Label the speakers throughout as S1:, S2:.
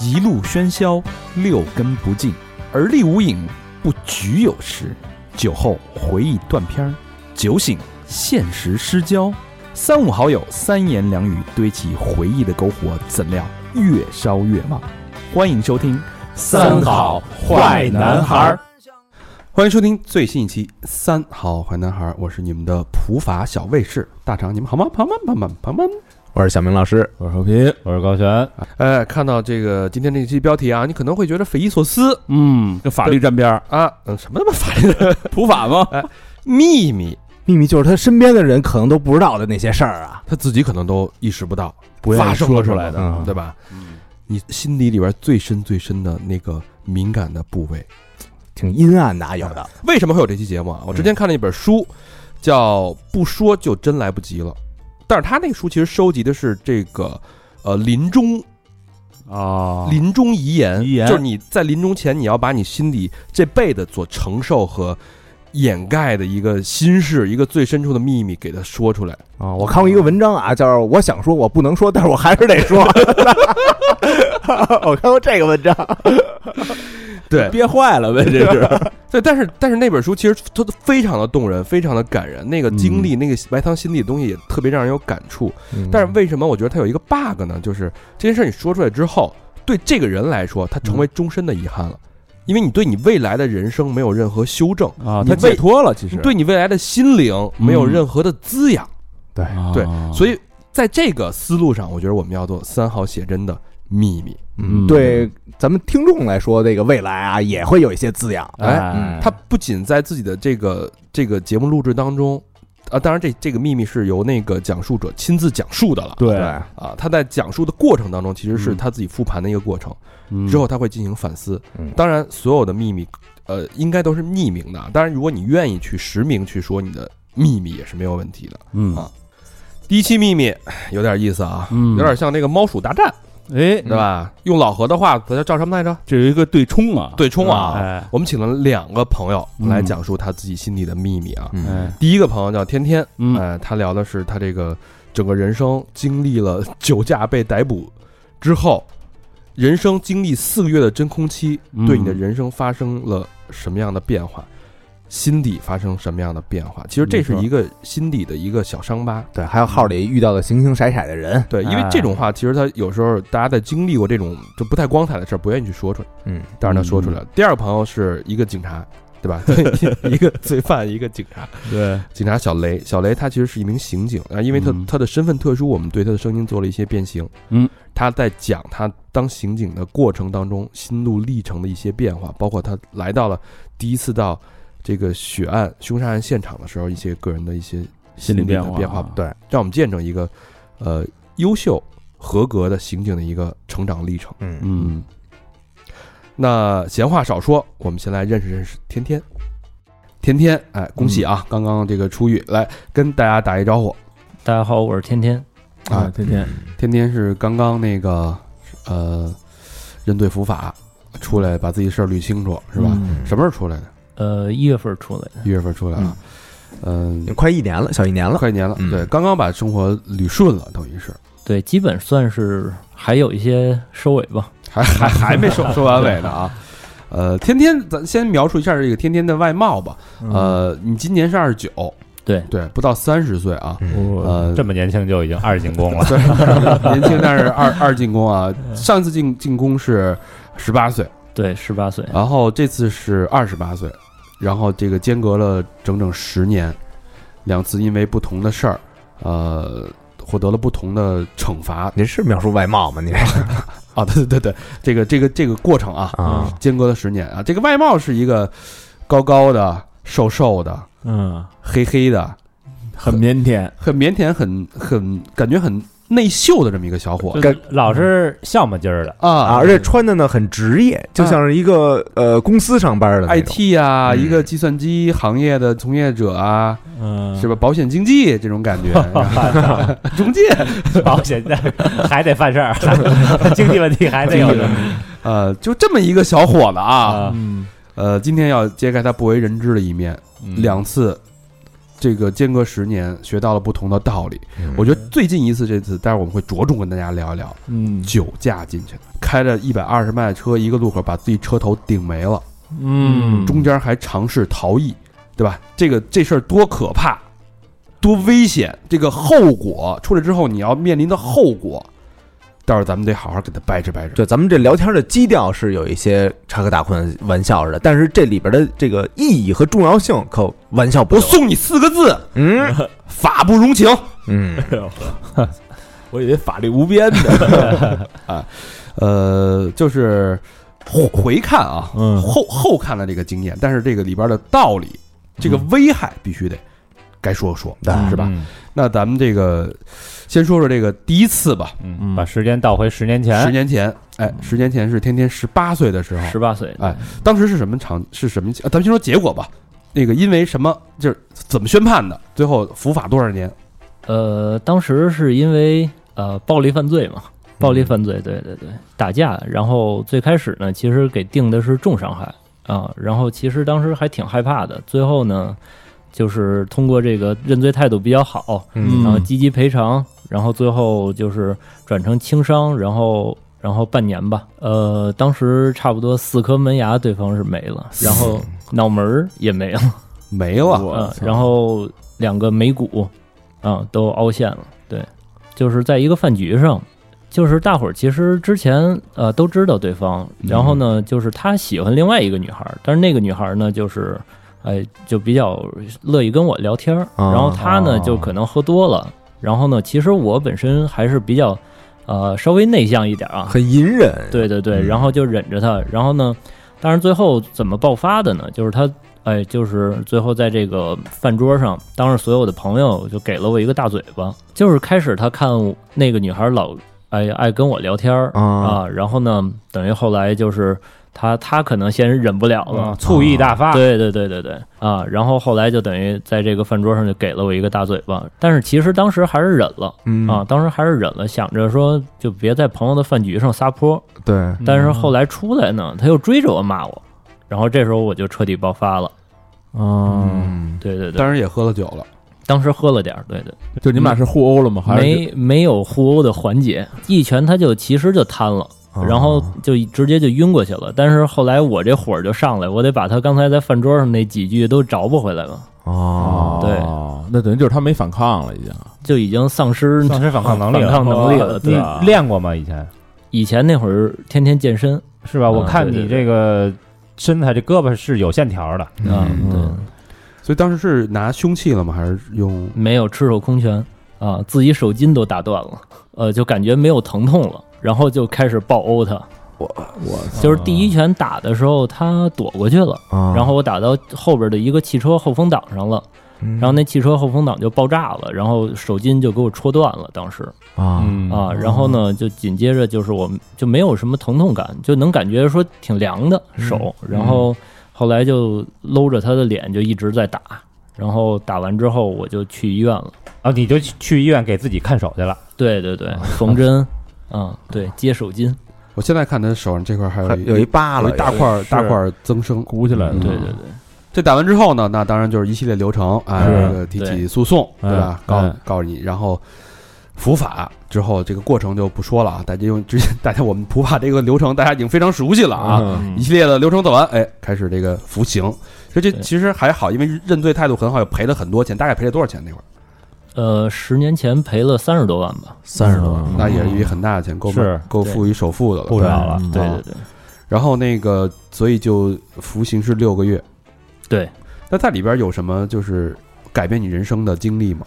S1: 一路喧嚣，六根不净，而立无影，不局有时。酒后回忆断片儿，酒醒现实失焦。三五好友三言两语堆起回忆的篝火，怎料越烧越旺。欢迎收听《
S2: 三好坏男孩儿》，
S3: 欢迎收听最新一期《三好坏男孩》，我是你们的普法小卫士大肠，你们好吗？胖胖胖胖胖胖。
S2: 我是小明老师，
S4: 我是和平，
S5: 我是高璇。
S3: 哎，看到这个今天这期标题啊，你可能会觉得匪夷所思
S1: 嗯，跟法律沾边儿，
S3: 啊，嗯，什么他妈法律 的
S1: 普法吗？
S3: 哎秘密，
S2: 秘密就是他身边的人可能都不知道的那些事儿啊，
S3: 他自己可能都意识不到
S5: 不愿
S3: 发
S5: 意
S3: 生
S5: 说
S3: 了
S5: 出
S3: 什么
S5: 来的
S2: 嗯
S3: 对吧？你心底里边最深最深的那个敏感的部位，
S2: 挺阴暗的啊，有的。
S3: 为什么会有这期节目啊？我之前看了一本书，叫《不说就真来不及了》，但是他那个书其实收集的是这个呃临终
S5: 啊
S3: 临终遗言，
S5: 遗言
S3: 就是你在临终前，你要把你心里这辈子所承受和掩盖的一个心事，一个最深处的秘密，给他说出来。
S2: 啊、我看过一个文章啊，叫“我想说我不能说，但是我还是得说” 。我看过这个文章，
S3: 对，
S1: 憋坏了呗， 这是。
S3: 对，但是但是那本书其实它都非常的动人，非常的感人，那个
S5: 嗯
S3: 经历，那个埋藏心里的东西也特别让人有感触。
S5: 嗯
S3: 但是为什么我觉得它有一个 bug 呢？就是这件事你说出来之后，对这个人来说，它成为终身的遗憾了，
S5: 嗯
S3: 因为你对你未来的人生没有任何修正，
S5: 啊，他
S3: 你为
S5: 解脱了，其实
S3: 你对你未来的心灵
S5: 嗯
S3: 没有任何的滋养。对所
S5: 以
S3: 以在这个思路上，我觉得我们要做三好写真的秘密，
S2: 嗯，对咱们听众来说，这个未来啊也会有一些滋养。
S5: 哎
S2: 嗯，
S3: 它不仅在自己的这个这个节目录制当中。啊，当然这，这个秘密是由那个讲述者亲自讲述的了
S5: 对
S3: 啊。他在讲述的过程当中，其实是
S5: 嗯
S3: 他自己复盘的一个过程，
S5: 嗯
S3: 之后他会进行反思。
S2: 嗯
S3: 当然，所有的秘密，呃，应该都是匿名的啊。当然，如果你愿意去实名去说你的秘密，也是没有问题的。
S5: 嗯
S3: 啊第一期秘密有点意思啊，
S5: 嗯
S3: 有点像那个猫鼠大战，
S5: 哎，
S3: 对吧？用老何的话，咱叫什么来着？
S5: 这有一个对冲啊，
S3: 对冲啊！
S5: 哎
S3: 我们请了两个朋友
S5: 嗯
S3: 来讲述他自己心里的秘密啊。
S2: 嗯
S5: 哎，
S3: 第一个朋友叫天天，
S5: 嗯
S3: 哎，他聊的是他这个整个人生经历了酒驾被逮捕之后，人生经历四个月的真空期，
S5: 嗯
S3: 对你的人生发生了什么样的变化，心底发生什么样的变化。其实这是
S5: 没错
S3: 一个心底的一个小伤疤。
S2: 对，还有号里遇到的形形色色的人，
S3: 对，因为
S5: 哎
S3: 这种话，其实他有时候大家在经历过这种就不太光彩的事儿，不愿意去说出来。
S2: 嗯，
S3: 但是他说出来了。第二个朋友是一个警察，对 吧？对一个罪犯，一个警察。
S5: 对，
S3: 警察小雷，小雷他其实是一名刑警啊，因为他、
S5: 嗯
S3: 他的身份特殊，我们对他的声音做了一些变形。
S5: 嗯，
S3: 他在讲他当刑警的过程当中心路历程的一些变化，包括他来到了第一次到这个血案、凶杀案现场的时候，一些个人的一些
S5: 心理
S3: 理的
S5: 变化
S3: 变
S5: 啊
S3: 对，让我们见证一个呃优秀、合格的刑警的一个成长历程。
S2: 嗯，
S5: 嗯，
S3: 那闲话少说，我们先来认识认识天天。天天，哎，恭喜啊！刚刚这个出狱，来跟大家打一招呼。
S6: 大家好，我是天天。
S3: 啊
S2: 嗯
S5: 啊，天天
S3: 天天是刚刚那个，呃，认罪伏法出来，把自己事儿捋清楚，是
S2: 嗯
S3: 吧？？什么时候出来的？
S6: 呃，一月份出来的，
S3: 一月份出来了，嗯，
S2: 快一年了，小一年了，
S3: 快一年了，
S2: 嗯
S3: 对，刚刚把生活捋顺了，等于是
S6: 对，基本算是还有一些收尾吧。
S3: 还还还没收收完尾呢啊。呃，天天，咱先描述一下这个天天的外貌吧。呃，你今年是二十九，
S6: 对
S3: 对，不到三十岁啊。呃
S4: 这么年轻就已经二进宫了，
S3: 对， 年轻但是二二进宫啊，上次进进宫是十八岁，
S6: 对，十八岁，
S3: 然后这次是二十八岁，然后这个间隔了整整十年，两次因为不同的事儿，呃，获得了不同的惩罚
S2: 您是描述外貌吗？你
S3: 啊，对对对对，这个这个这个过程啊，
S2: 啊，
S3: 间隔了十年啊，这个外貌是一个高高的、瘦瘦的、
S5: 嗯，
S3: 黑黑的，
S5: 很腼腆，
S3: 很腼腆，很很感觉很内秀的这么一个小伙
S4: 就
S3: 子
S4: 是老是笑么唧儿的，
S2: 啊，
S3: 啊
S2: 而且穿的呢很职业，就像是一个呃公司上班的那种
S3: IT 啊，
S2: 嗯
S3: 一个计算机行业的从业者啊，
S5: 嗯，
S3: 是吧？保险经纪这种感 觉，中介，
S4: 保险的还得犯事儿，经济问题还得有
S3: 经济问呃，就这么一个小伙子啊，
S4: 啊，
S5: 嗯，
S3: 呃，今天要揭开他不为人知的一面，
S5: 嗯
S3: 两次这个间隔十年学到了不同的道理。
S2: 嗯
S3: 我觉得最近一次这次，待会儿我们会着重跟大家聊一聊
S5: 嗯
S3: 酒驾进去的，开着一百二十迈的车，一个路口把自己车头顶没了，
S5: 嗯
S3: 中间还尝试逃逸，对吧？这个这事儿多可怕，多危险！这个后果出来之后，你要面临的后果，到时候咱们得好好给他掰扯掰扯。
S2: 对，咱们这聊天的基调是有一些插科打诨、玩笑似的，但是这里边的这个意义和重要性可玩笑不
S3: 我
S2: 得。
S3: 送你四个字：
S2: 嗯
S3: 法不容情。
S2: 嗯，
S5: 我以为法律无边呢。
S3: 呃，就是回回看啊，
S5: 嗯
S3: 后后看的这个经验，但是这个里边的道理，这个危害必须得该说说，
S2: 嗯
S3: 是吧？那咱们这个先说说这个第一次吧，
S4: 把
S5: 嗯，
S4: 时间倒回十年
S3: 十
S4: 前，
S3: 年前，哎，十年前是天天十八岁的时候，
S6: 十八岁，
S3: 哎当时是什么场是什么？啊咱们先说结果吧。那个因为什么就是怎么宣判的？最后伏法多少年？
S6: 呃，当时是因为呃暴力犯罪嘛，暴力犯罪，对对对，打架。然后最开始呢，其实给定的是重伤害啊，然后其实当时还挺害怕的。最后呢，就是通过这个认罪态度比较好，
S2: 嗯
S6: 然后积极赔偿，然后最后就是转成轻伤，然后。然后半年吧，呃，当时差不多四颗门牙对方是没了，然后
S5: 嗯
S6: 脑门儿也没了，
S3: 没了，
S5: 我
S6: 嗯，
S5: 操
S6: 然后两个眉骨，啊，都凹陷了。对，就是在一个饭局上，就是大伙儿其实之前呃都知道对方，然后呢，就是他喜欢另外一个女孩儿，但是那个女孩儿呢，就是哎就比较乐意跟我聊天儿，
S2: 啊
S6: 然后他呢
S5: 哦
S6: 就可能喝多了，然后呢，其实我本身还是比较呃稍微内向一点儿啊，
S2: 很隐忍。
S6: 对对对，
S2: 嗯
S6: 然后就忍着他，然后呢，当然最后怎么爆发的呢？就是他，哎，就是最后在这个饭桌上，当着所有的朋友就给了我一个大嘴巴。就是开始他看我那个女孩老哎爱跟我聊天儿
S2: 啊
S6: 啊，然后呢，等于后来就是他他可能先忍不了了
S4: 嗯，，醋意大发，
S6: 对对对对对啊！然后后来就等于在这个饭桌上就给了我一个大嘴巴，但是其实当时还是忍了
S2: 嗯
S6: 啊，，当时还是忍了，想着说就别在朋友的饭局上撒泼，
S2: 对，
S6: 但是后来出来呢，他又追着我骂我，然后这时候我就彻底爆发了。
S5: 嗯，
S2: 嗯，
S6: 对对对，
S3: 当然也喝了酒了。
S6: 当时喝了点儿，对对，
S5: 就你们俩是互殴了吗？还是
S6: 没没有互殴的环节，一拳他就其实就瘫了，
S5: 啊
S6: 然后就直接就晕过去了。但是后来我这火儿就上来，我得把他刚才在饭桌上那几句都找补回来了，
S2: 哦，
S5: 哦，那等于就是他没反抗了，已经。
S6: 就已经丧失
S4: 丧失反抗能力了，哦
S6: 反抗能力了。
S4: 你
S6: 对，
S5: 啊
S4: 练过吗？以前
S6: 以前那会儿天天健身，
S4: 是吧？我
S6: 嗯
S4: 看
S6: 对
S4: 你
S6: 对
S4: 这个身材，这胳膊是有线条的，
S6: 啊，
S5: 嗯
S6: 对，
S3: 所以当时是拿凶器了吗？还是用
S6: 没有赤手空拳啊，自己手筋都打断了，呃，就感觉没有疼痛了，然后就开始暴殴他。
S5: 我
S6: 就是第一拳打的时候，他躲过去了，
S2: 啊
S6: 然后我打到后边的一个汽车后风挡上了，
S2: 嗯
S6: 然后那汽车后风挡就爆炸了，然后手筋就给我戳断了，当时
S2: 啊，
S5: 嗯
S6: 啊，然后呢，就紧接着就是我就没有什么疼痛感，就能感觉说挺凉的手，然后后来就搂着他的脸就一直在打，然后打完之后我就去医院了。
S4: 啊，你就去去医院给自己看手去了，
S6: 对对对，缝 针，嗯，对，接手筋，
S3: 我现在看他手上这块还有
S2: 还有一疤
S3: 有
S2: 了，
S3: 一大块
S4: 是
S3: 大块增生。
S5: 鼓起来了，
S6: 对对
S5: 嗯，
S6: 对，
S3: 这打完之后呢，那当然就是一系列流程啊，
S5: 是
S3: 这个提起诉讼，对
S5: 对
S3: 吧？告
S5: 嗯
S3: 告你，然后伏法之后，这个过程就不说了啊，大家用之 前大家我们普法这个流程大家已经非常熟悉了啊。
S5: 嗯
S3: 一系列的流程走完，哎，开始这个服刑。所以这
S6: 对
S3: 其实还好，因为认罪态度很好，也赔了很多钱，大概赔了多少钱那会儿？
S6: 呃，十年前赔了三十多万吧，
S2: 三十多，
S5: 哦
S3: 那也是一笔很大的钱，够
S4: 嗯是
S3: 够付于首付的了。
S4: 不少了。
S6: 对
S3: 啊
S6: 对对，
S3: 然后那个，所以就服刑是六个月。
S6: 对，
S3: 那在里边有什么就是改变你人生的经历吗？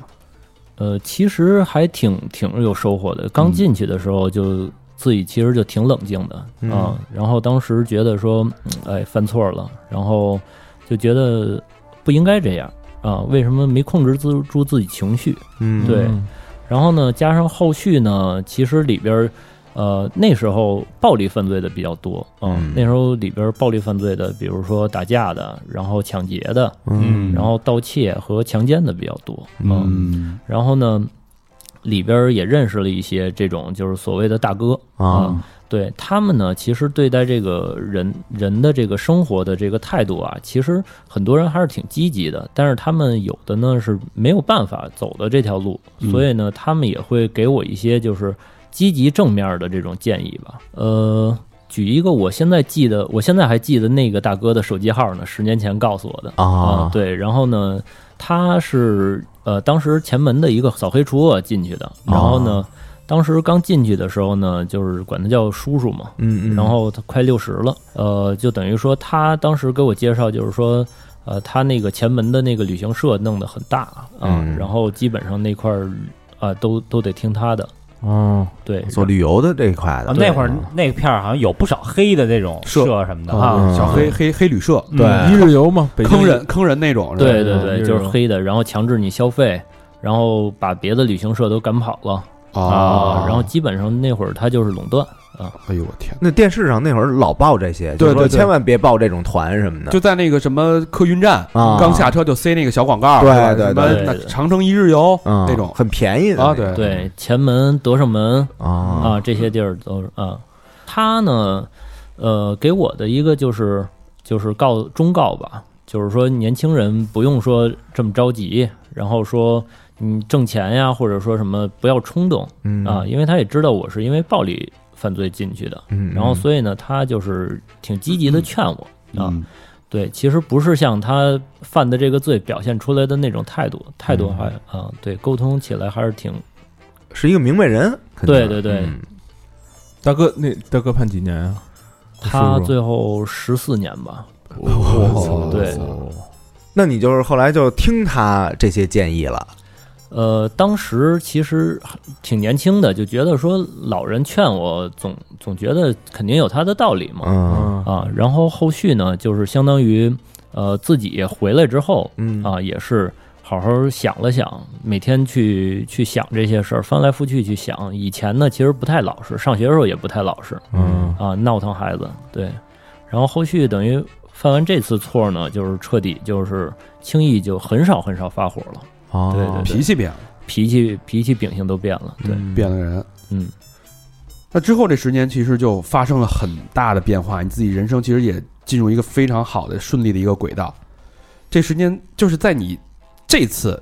S6: 呃，其实还挺挺有收获的。
S2: 嗯
S6: 刚进去的时候就自己其实就挺冷静的
S2: 嗯
S6: 啊，然后当时觉得说，嗯哎，犯错了，然后就觉得不应该这样啊，为什么没控制自住自己情绪？
S2: 嗯，
S6: 对然后呢，加上后续呢，其实里边儿，呃，那时候暴力犯罪的比较多，啊
S2: 嗯
S6: 那时候里边儿暴力犯罪的，比如说打架的，然后抢劫的，
S2: 嗯
S6: 然后盗窃和强奸的比较多，啊
S3: 嗯，
S6: 然后呢，里边儿也认识了一些这种就是所谓的大哥
S2: 啊，
S6: 对他们呢，其实对待这个人人的这个生活的这个态度啊，其实很多人还是挺积极的，但是他们有的呢是没有办法走的这条路，
S5: 嗯
S6: 所以呢，他们也会给我一些就是积极正面的这种建议吧。呃，举一个我现在记得，我现在还记得那个大哥的手机号呢，十年前告诉我的
S2: 啊
S6: 嗯对，然后呢，他是呃当时前门的一个扫黑除恶进去的，然后
S2: 哦
S6: 呢，当时刚进去的时候呢，就是管他叫叔叔嘛，
S2: 嗯嗯，
S6: 然后他快六十了，呃，就等于说他当时给我介绍就是说。呃，他那个前门的那个旅行社弄得很大啊，
S2: 嗯
S6: 然后基本上那块儿啊、都都得听他的，
S5: 哦，
S6: 对，
S2: 做旅游的这一块的
S4: 啊，那会儿那片儿好像有不少黑的这种
S3: 社
S4: 社什么的
S3: 嗯
S2: 哦
S4: 啊，
S3: 小黑黑黑旅社，
S5: 对一嗯日游嘛，北京
S3: 坑人坑人那种，是吧
S6: 嗯对对
S5: 嗯
S6: 对，
S5: 就是
S6: 就是
S5: 说
S6: 黑的，然后强制你消费，然后把别的旅行社都赶跑了
S3: 啊，
S6: 然后基本上那会儿他就是垄断，
S3: 哎呦我天，
S2: 那电视上那会儿老报这些，
S3: 对
S2: 就说
S3: 对对
S2: 千万别报这种团什么的，
S3: 就在那个什么呃客运站
S2: 啊
S3: 刚下车就塞那个小广告，
S2: 对
S3: 是吧
S2: 对
S3: 什么
S6: 对
S3: 那
S6: 对
S3: 长城一日游
S2: 嗯
S3: 那种
S2: 很便宜的
S3: 啊，
S2: 那种
S3: 对，
S6: 对，前门、德胜门
S2: 啊
S6: 啊这些地儿都是啊。他呢，呃，给我的一个就是就是告忠告吧，就是说年轻人不用说这么着急，然后说你挣钱呀，或者说什么不要冲动
S2: 嗯
S6: 啊，因为他也知道我是因为暴力犯罪进去的，
S2: 嗯，
S6: 然后所以呢，他就是挺积极的劝我啊。
S3: 嗯
S6: 对，其实不是像他犯的这个罪表现出来的那种态度，态度还啊、对，沟通起来还是挺
S2: 是一个明白人，肯定
S6: 对对对
S2: 嗯
S5: 大哥，那大哥判几年啊？
S6: 他
S5: 叔叔
S6: 最后十四年吧，
S5: 哦
S6: 对
S2: 那你就是后来就听他这些建议了，
S6: 呃，当时其实挺年轻的，就觉得说老人劝我总，总觉得肯定有他的道理嘛，
S2: 嗯
S5: 嗯
S6: 啊，然后后续呢，就是相当于呃自己回来之后
S2: 嗯
S6: 啊，也是好好想了想，每天去去想这些事儿，翻来覆去去想。以前呢，其实不太老实，上学的时候也不太老实，
S5: 嗯
S6: 啊，闹腾孩子，对。然后后续等于犯完这次错呢，就是彻底就是轻易就很少很少发火了，
S2: 啊
S6: 对对对
S3: 脾气变了，
S6: 脾气脾气秉性都变了，
S2: 嗯
S6: 对，
S3: 变了人。
S6: 嗯，
S3: 那之后这十年其实就发生了很大的变化，你自己人生其实也进入一个非常好的顺利的一个轨道。这十年就是在你这次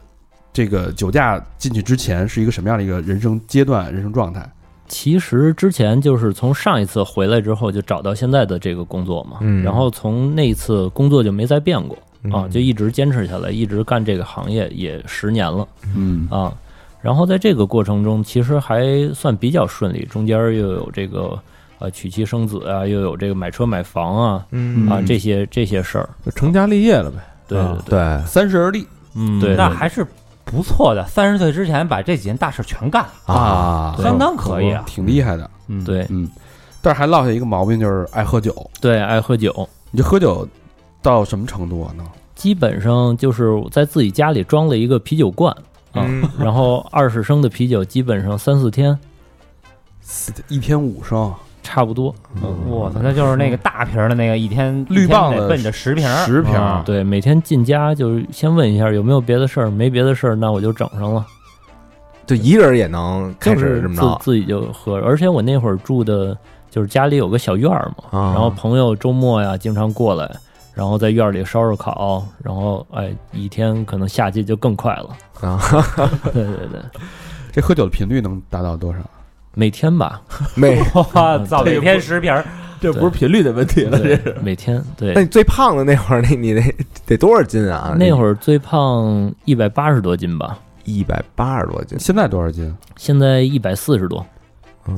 S3: 这个酒驾进去之前，是一个什么样的一个人生阶段、人生状态？
S6: 其实之前就是从上一次回来之后就找到现在的这个工作嘛，
S2: 嗯
S6: 然后从那一次工作就没再变过啊，
S2: 嗯
S6: 就一直坚持下来，一直干这个行业也十年了
S3: 嗯
S6: 啊。然后在这个过程中，其实还算比较顺利，中间又有这个呃娶妻生子啊，又有这个买车买房啊
S2: 嗯
S6: 啊这些这些事儿，
S3: 嗯
S5: 就成家立业了呗。
S6: 对
S5: 啊
S6: 对对，
S2: 对，
S3: 三十而立
S5: 嗯
S6: 对
S4: 那还是不错的。三十岁之前把这几件大事全干了，
S2: 啊，
S4: 相当可以啊。
S3: 挺厉害的。
S4: 嗯，
S6: 对
S3: 嗯，但是还落下一个毛病，就是爱喝酒。
S6: 对，爱喝酒，
S3: 你这喝酒到什么程度啊？能
S6: 基本上就是我在自己家里装了一个啤酒罐，
S2: 嗯
S6: 然后 二十升的啤酒基本上三四天
S3: 一天五升，
S6: 差不多，
S4: 嗯我操，那就是那个大瓶儿的那个，一天
S3: 绿
S4: 一天
S3: 棒子
S4: 得奔着十瓶儿，
S3: 十瓶
S4: 啊
S6: 对，每天进家就是先问一下有没有别的事儿，没别的事儿那我就整上了，
S2: 就一人也能开
S6: 就
S2: 始
S6: 是
S2: 这么啊
S6: 自
S2: 着
S6: 自己就喝，而且我那会儿住的就是家里有个小院儿嘛，
S2: 啊
S6: 然后朋友周末呀经常过来。然后在院儿里烧烧烤，然后哎，一天可能下去就更快了。
S2: 啊，
S6: 对对对，
S3: 这喝酒的频率能达到多少？
S6: 每天吧，嗯
S2: 每
S4: 哇，
S5: 这
S4: 操，每
S5: 个
S4: 天
S5: 不
S4: 十瓶儿，
S5: 这不是频率的问题了，这
S6: 啊对
S5: 是
S6: 每天对
S2: 那。你最胖的那会儿，那你得得多少斤啊？
S6: 那会儿最胖一百八十多斤吧，
S2: 一百八十多斤，
S3: 现在多少斤？
S6: 现在一百四十多。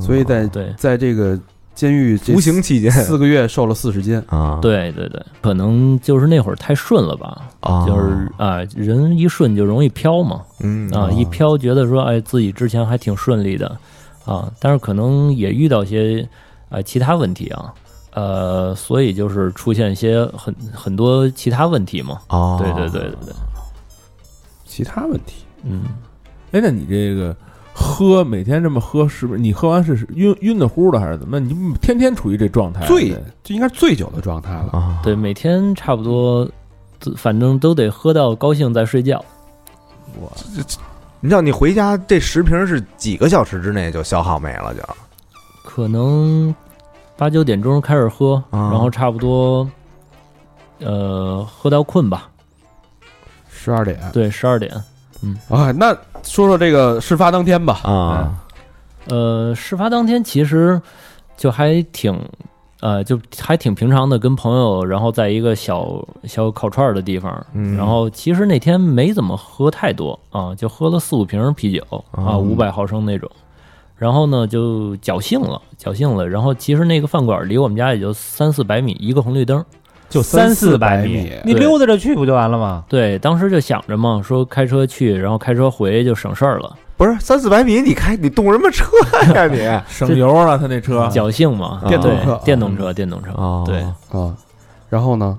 S3: 所
S2: 嗯
S3: 以在
S6: 对
S3: 在这个监狱这
S2: 服刑嗯期间
S3: 四个月瘦了四十斤，
S2: 啊，
S6: 对对对，可能就是那会儿太顺了吧，
S2: 啊，
S6: 就是啊，人一顺就容易飘嘛，
S2: 嗯
S6: 啊，一飘觉得说哎自己之前还挺顺利的，啊，但是可能也遇到些啊其他问题啊，呃，所以就是出现一些很很多其他问题嘛。
S2: 啊，
S6: 对对对对对，
S3: 其他问题
S6: 嗯，
S5: 哎，那你这个喝每天这么喝，是不是你喝完是晕晕的乎的还是怎么？你天天处于这状态，
S3: 醉
S5: 对
S3: 就应该是醉酒的状态了。
S2: 啊，
S6: 对，每天差不多，自反正都得喝到高兴再睡觉。
S2: 你知道你回家这十瓶是几个小时之内就消耗没了就，
S6: 可能八九点钟开始喝，
S2: 啊
S6: 然后差不多呃喝到困吧，
S3: 十二点
S6: 对，十二点。
S3: 啊。那说说这个事发当天吧，
S2: 啊，
S6: 呃，事发当天其实就还挺，呃，就还挺平常的，跟朋友，然后在一个小小烤串儿的地方，
S2: 嗯
S6: 然后其实那天没怎么喝太多啊，就喝了四五瓶啤酒啊，
S2: 嗯
S6: 五百毫升那种，然后呢就侥幸了，侥幸了，然后其实那个饭馆离我们家也就三四百米，一个红绿灯。
S4: 就
S3: 三
S4: 三
S3: 四
S4: 四
S3: 百
S4: 米
S3: 米，
S4: 你
S6: 对
S4: 溜达着去不就完了吗？
S6: 对，当时就想着嘛，说开车去，然后开车回就省事儿了，
S2: 不是三四百米，你开你动什么车呀你？
S5: 省油啊，他那车
S6: 侥幸嘛。
S2: 电动
S6: 对
S3: 车
S6: 电动车，电动车。
S2: 哦
S6: 对，
S3: 啊。然后呢？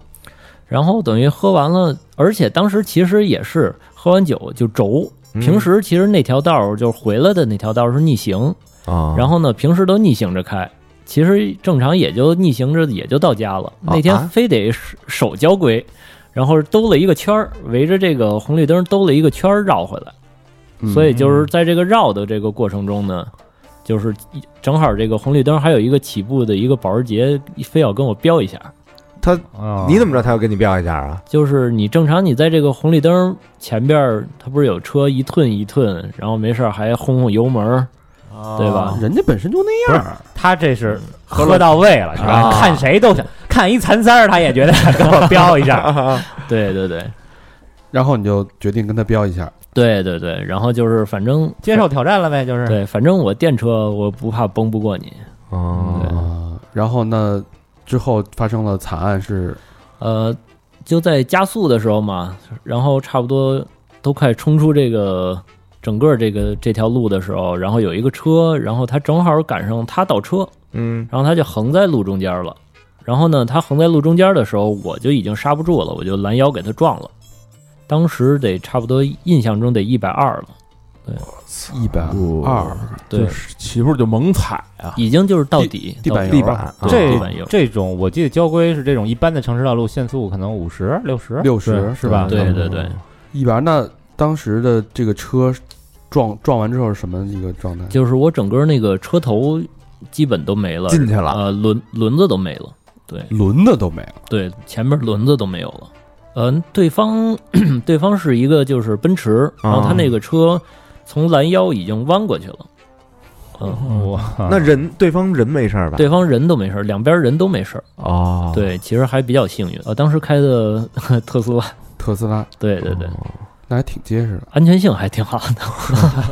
S6: 然后等于喝完了，而且当时其实也是喝完酒就轴。
S2: 嗯
S6: 平时其实那条道儿就是回来的那条道儿是逆行，
S2: 啊，
S6: 然后呢，平时都逆行着开，其实正常也就逆行着也就到家了。
S2: 啊
S6: 那
S2: 啊
S6: 天非得手手交规，然后兜了一个圈儿，围着这个红绿灯兜了一个圈儿绕回来。
S3: 嗯
S6: 所以就是在这个绕的这个过程中呢，就是正好这个红绿灯还有一个起步的一个保时捷，非要跟我飙一下。
S4: 啊
S2: 你怎么知道他要跟你飙一下啊？
S6: 就是你正常你在这个红绿灯前边儿，它不是有车一顿一顿，然后没事儿还轰轰油门儿，对
S5: 啊
S6: 吧？
S3: 人家本身就那样儿，
S4: 他这是
S6: 嗯
S3: 喝了
S4: 喝到位了，是吧？
S2: 啊
S4: 看谁都想看一残三儿，他也觉得想跟我飙一下。
S6: 对对对
S3: 然后你就决定跟他飙一下。
S6: 对对对，然后就是反正
S4: 接受挑战了呗，就是
S6: 对，反正我电车我不怕崩不过你。
S2: 哦，
S3: 啊，然后那之后发生了惨案是
S6: 呃，就在加速的时候嘛，然后差不多都快冲出这个整个这个这条路的时候，然后有一个车，然后他正好赶上他倒车，
S2: 嗯
S6: 然后他就横在路中间了。然后呢，他横在路中间的时候，我就已经刹不住了，我就拦腰给他撞了。当时得差不多印象中得一百二了，
S3: 一百二
S5: 哦，
S6: 对，
S5: 就是起步就猛踩啊，
S6: 已经就是到底
S3: 地
S6: 到
S3: 板
S6: 底
S3: 油
S2: 地板
S6: 对
S2: 啊
S6: 地
S4: 这
S6: 板油
S4: 这种我记得交规是这种一般的城市道路限速可能五十六十，
S3: 六十
S4: 是吧？
S6: 对对对，
S3: 一百二。那当时的这个车撞撞完之后是什么一个状态？
S6: 就是我整个那个车头基本都没了，
S2: 进去了，
S6: 呃，轮轮子都没了，对
S3: 轮子都没了。
S6: 对，前面轮子都没有了。嗯，对方 对方是一个就是奔驰，
S2: 啊
S6: 然后他那个车从拦腰已经弯过去了，
S2: 哦
S6: 嗯，
S4: 哇，
S2: 那人对方人没事儿吧？
S6: 对方人都没事儿，两边人都没事儿，
S2: 哦，
S6: 对，其实还比较幸运。呃，当时开的 特斯拉，
S3: 特斯拉
S6: 对对对，
S3: 那还挺结实的，
S6: 安全性还挺好的，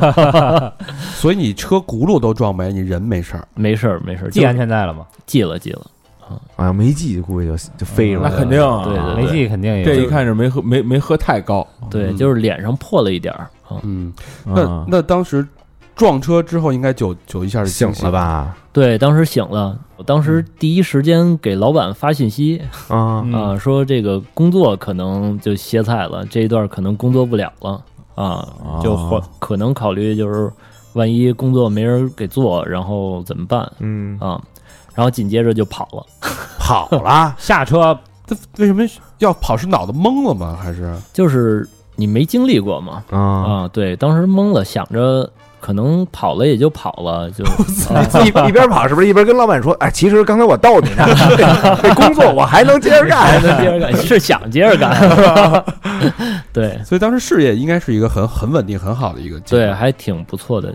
S3: 所以你车轱辘都撞没，你人没事儿。
S6: 没事儿没事 儿，
S4: 系
S6: 就
S4: 安全带了吗？
S6: 系了系了，
S2: 好像哎没系，估计就就飞出
S5: 那
S2: 来了。
S5: 肯定啊
S6: 对对
S4: 没系肯定也，
S5: 这一看是没喝没没喝太高，
S6: 对，
S3: 嗯
S6: 就是脸上破了一点儿，嗯，
S3: 嗯，那
S5: 啊
S3: 那当时撞车之后应该酒酒一下就
S2: 醒
S3: 清醒
S2: 了？吧？
S6: 对，当时醒了，我当时第一时间给老板发信息
S2: 啊
S6: 啊、说这个工作可能就歇菜了，这一段可能工作不了了啊、
S2: 哦
S6: 就或可能考虑就是万一工作没人给做，然后怎么办
S2: 嗯，
S6: 啊、然后紧接着就跑了，
S2: 跑了
S4: 下车
S3: 这为什么要跑？是脑子懵了吗？还是
S6: 就是你没经历过嘛
S2: 啊，
S6: 啊、对，当时懵了，想着可能跑了也就跑了，就
S2: 一一边跑是不是一边跟老板说：“哎，其实刚才我逗 你呢，这工作我还能接着
S6: 还
S2: 干。
S6: 能接着干，是想接着干，是吧对。
S3: 所以当时事业应该是一个很很稳定、很好的一个阶
S6: 对，
S3: 段
S6: 还挺不错的。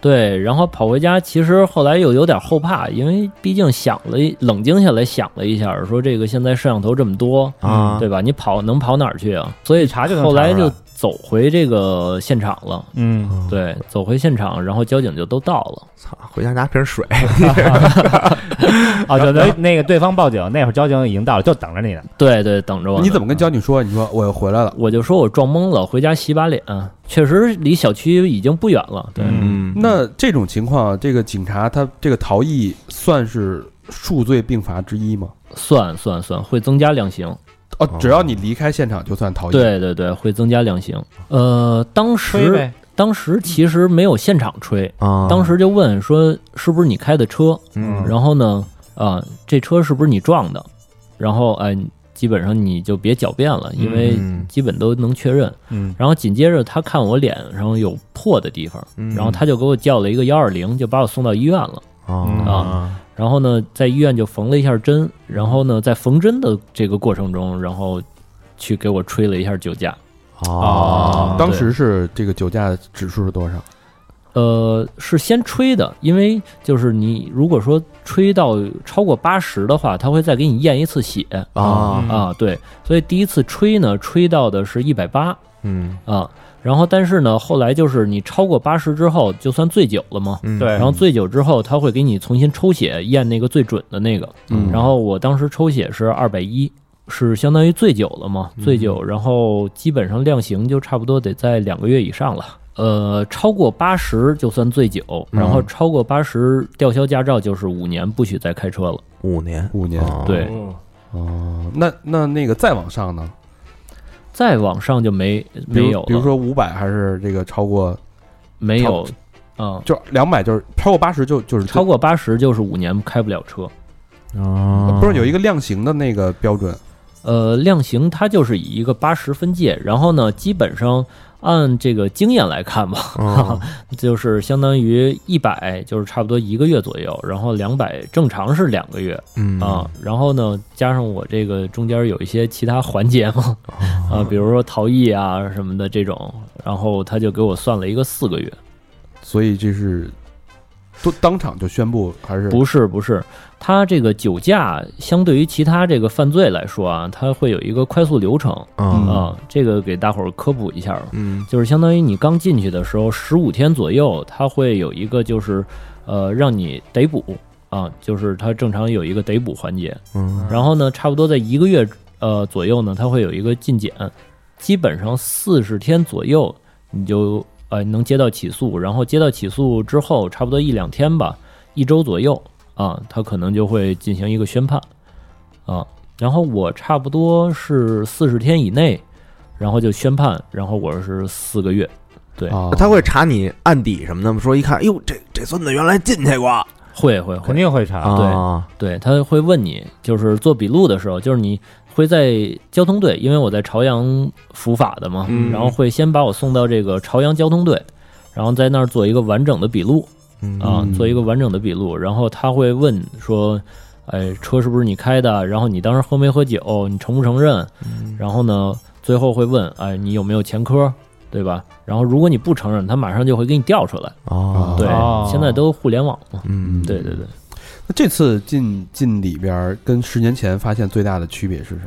S6: 对，然后跑回家，其实后来又有点后怕，因为毕竟想了一，冷静下来想了一下，说这个现在摄像头这么多，
S2: 啊
S6: 对吧？你跑能跑哪儿去啊？所以
S4: 查就能
S6: 后来
S4: 查出来
S6: 就走回这个现场了。
S4: 嗯，
S6: 对，走回现场，然后交警就都到了。”
S2: 操，回家拿瓶水。
S4: 哦，就那那个对方报警，那会儿交警已经到了，就等着你呢。
S6: 对对，等着我呢。
S3: 你怎么跟交警说？你说我又回来了。
S6: 我就说我撞懵了，回家洗把脸。确实离小区已经不远了。对，
S2: 嗯
S3: 那这种情况，这个警察他这个逃逸算是数罪并罚之一吗？
S6: 算算算，会增加量刑。
S3: 哦
S2: 哦，
S3: 只要你离开现场就算逃逸。，哦
S6: 对对对，会增加量刑。呃，当
S4: 吹
S6: 时
S4: 呗，
S6: 当时其实没有现场吹，
S2: 啊，
S6: 当时就问说是不是你开的车？
S2: 嗯
S6: 然后呢，啊、这车是不是你撞的？然后哎，基本上你就别狡辩了，因为
S2: 嗯
S6: 基本都能确认。
S2: 嗯
S6: 然后紧接着他看我脸上有破的地方，
S2: 嗯
S6: 然后他就给我叫了一个幺二零，就把我送到医院了。
S4: 嗯
S6: 嗯
S2: 啊
S6: 然后呢，在医院就缝了一下针，然后呢，在缝针的这个过程中，然后去给我吹了一下酒驾。
S4: 啊
S2: 哦
S3: 啊当时是这个酒驾的指数是多少？
S6: 呃，是先吹的，因为就是你如果说吹到超过八十的话，他会再给你验一次血
S2: 啊
S5: 嗯
S6: 啊，对，所以第一次吹呢，吹到的是一百八
S2: 嗯
S6: 啊，然后但是呢，后来就是你超过八十之后就算醉酒了嘛，
S2: 嗯
S4: 对
S6: 然后醉酒之后他会给你重新抽血验那个最准的那个，
S2: 嗯
S6: 然后我当时抽血是二百一，是相当于醉酒了嘛，醉酒，
S3: 嗯
S6: 然后基本上量刑就差不多得在两个月以上了。呃，超过八十就算醉酒，然
S3: 嗯
S6: 后超过八十吊销驾照就是五年，不许再开车了。
S2: 五年
S3: 五年
S2: 哦
S6: 对，
S3: 哦，那那那个再往上呢？
S6: 再往上就没
S3: 比如
S6: 没有了，
S3: 比如说五百还是这个超过，
S6: 没有，嗯，
S3: 就两百就是超过八十就就是
S6: 超过八十就是五年开不了车。
S2: 哦
S5: 啊
S3: 呃不是有一个量刑的那个标准？
S6: 呃，量刑它就是以一个八十分界，然后呢，基本上按这个经验来看吧，
S2: 哦
S6: 就是相当于一百，就是差不多一个月左右，然后两百正常是两个月
S2: 嗯
S6: 啊，然后呢，加上我这个中间有一些其他环节嘛，啊，比如说逃逸啊什么的这种，然后他就给我算了一个四个月，
S3: 所以这是都当场就宣布还是
S6: 不是不是，他这个酒驾相对于其他这个犯罪来说啊，它会有一个快速流程
S2: 啊
S6: 啊，这个给大伙儿科普一下吧
S2: 嗯
S6: 就是相当于你刚进去的时候，十五天左右，它会有一个就是，呃，让你逮捕啊，就是它正常有一个逮捕环节。
S2: 嗯
S6: 然后呢，差不多在一个月呃左右呢，它会有一个进检，基本上四十天左右你就呃能接到起诉，然后接到起诉之后，差不多一两天吧，一周左右啊，它可能就会进行一个宣判啊。然后我差不多是四十天以内，然后就宣判，然后我是四个月，对，
S3: 啊？
S2: 他会查你案底什么的吗？说一看，哟，这这孙子原来进去过
S6: 会会
S4: 肯
S6: 会，
S4: 定会查。
S6: 对
S2: 啊
S6: 啊对，他会问你，就是做笔录的时候，就是你会在交通队，因为我在朝阳伏法的嘛，
S2: 嗯
S6: 然后会先把我送到这个朝阳交通队，然后在那儿做一个完整的笔录
S2: 嗯
S6: 啊，做一个完整的笔录，然后他会问说，哎，车是不是你开的？然后你当时喝没喝酒？你承不承认？
S2: 嗯
S6: 然后呢，最后会问，哎，你有没有前科？对吧？然后如果你不承认，他马上就会给你调出来。
S2: 啊
S6: 对，
S4: 哦
S6: 现在都互联网嘛。
S2: 嗯
S6: 对对对。
S3: 那这次进进里边儿跟十年前发现最大的区别是什么？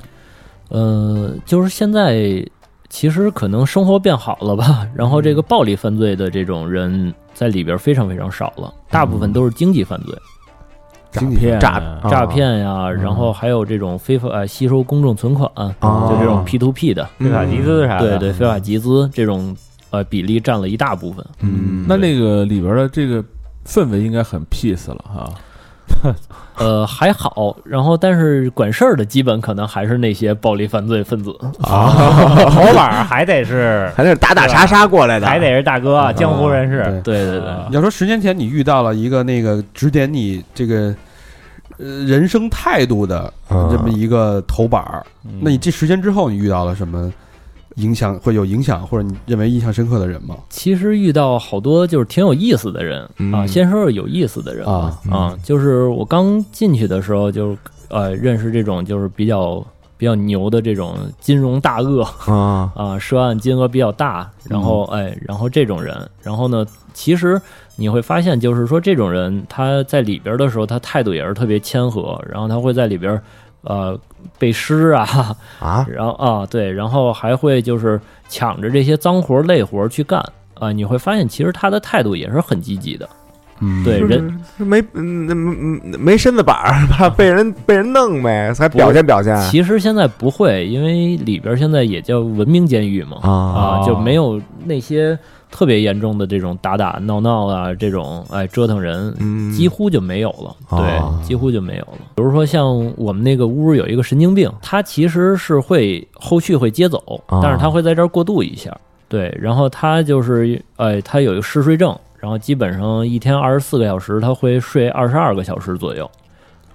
S6: 呃，就是现在其实可能生活变好了吧， 然后这个暴力犯罪的这种人在里边非常非常少了，大部分都是经济犯罪，
S5: 诈骗
S2: 诈
S5: 啊
S6: 诈骗呀，然后还有这种非法呃吸收公众存款，
S2: 哦
S6: 就这
S2: 啊
S6: 种 P to P 的，
S2: 嗯
S4: 对吧？集资啥
S6: 对
S4: 的，
S6: 对，非法集资这种呃比例占了一大部分。
S2: 嗯
S5: 那那个里边的这个氛围应该很 peace 了哈。
S6: 呃，还好，然后但是管事儿的基本可能还是那些暴力犯罪分子，
S4: 头板儿啊还得 是
S2: 还得是打打杀杀过来的，
S4: 还得是大哥，江湖人士。
S3: 对
S6: 对对对。
S4: 啊
S3: 你要说十年前你遇到了一个那个指点你这个呃人生态度的
S2: 啊
S3: 这么一个头板儿，
S4: 嗯
S3: 那你这十年之后你遇到了什么影响？会有影响，或者你认为印象深刻的人吗？
S6: 其实遇到好多就是挺有意思的人、啊，先说说有意思的人
S3: 啊
S6: 啊，就是我刚进去的时候就是呃认识这种就是比较比较牛的这种金融大鳄
S2: 啊
S6: 啊，涉案金额比较大，然后、哎，然后这种人，然后呢，其实你会发现就是说这种人他在里边的时候，他态度也是特别谦和，然后他会在里边呃背诗啊，
S2: 啊
S6: 然后啊，对，然后还会就是抢着这些脏活儿累活儿去干啊，你会发现其实他的态度也是很积极的。
S3: 嗯
S6: 对人
S2: 是没嗯那没没身子板儿，怕被人被人弄呗，才表现表现
S6: 其实现在不会，因为里边现在也叫文明监狱嘛，
S2: 啊
S6: 啊，就没有那些特别严重的这种打打闹闹啊，这种哎折腾人，
S2: 嗯
S6: 几乎就没有了。
S2: 哦
S6: 对，几乎就没有了。比如说像我们那个屋有一个神经病，他其实是会后续会接走，
S2: 啊
S6: 但是他会在这儿过渡一下。对，然后他就是哎，他有一个嗜睡症，然后基本上一天二十四个小时，他会睡二十二个小时左右。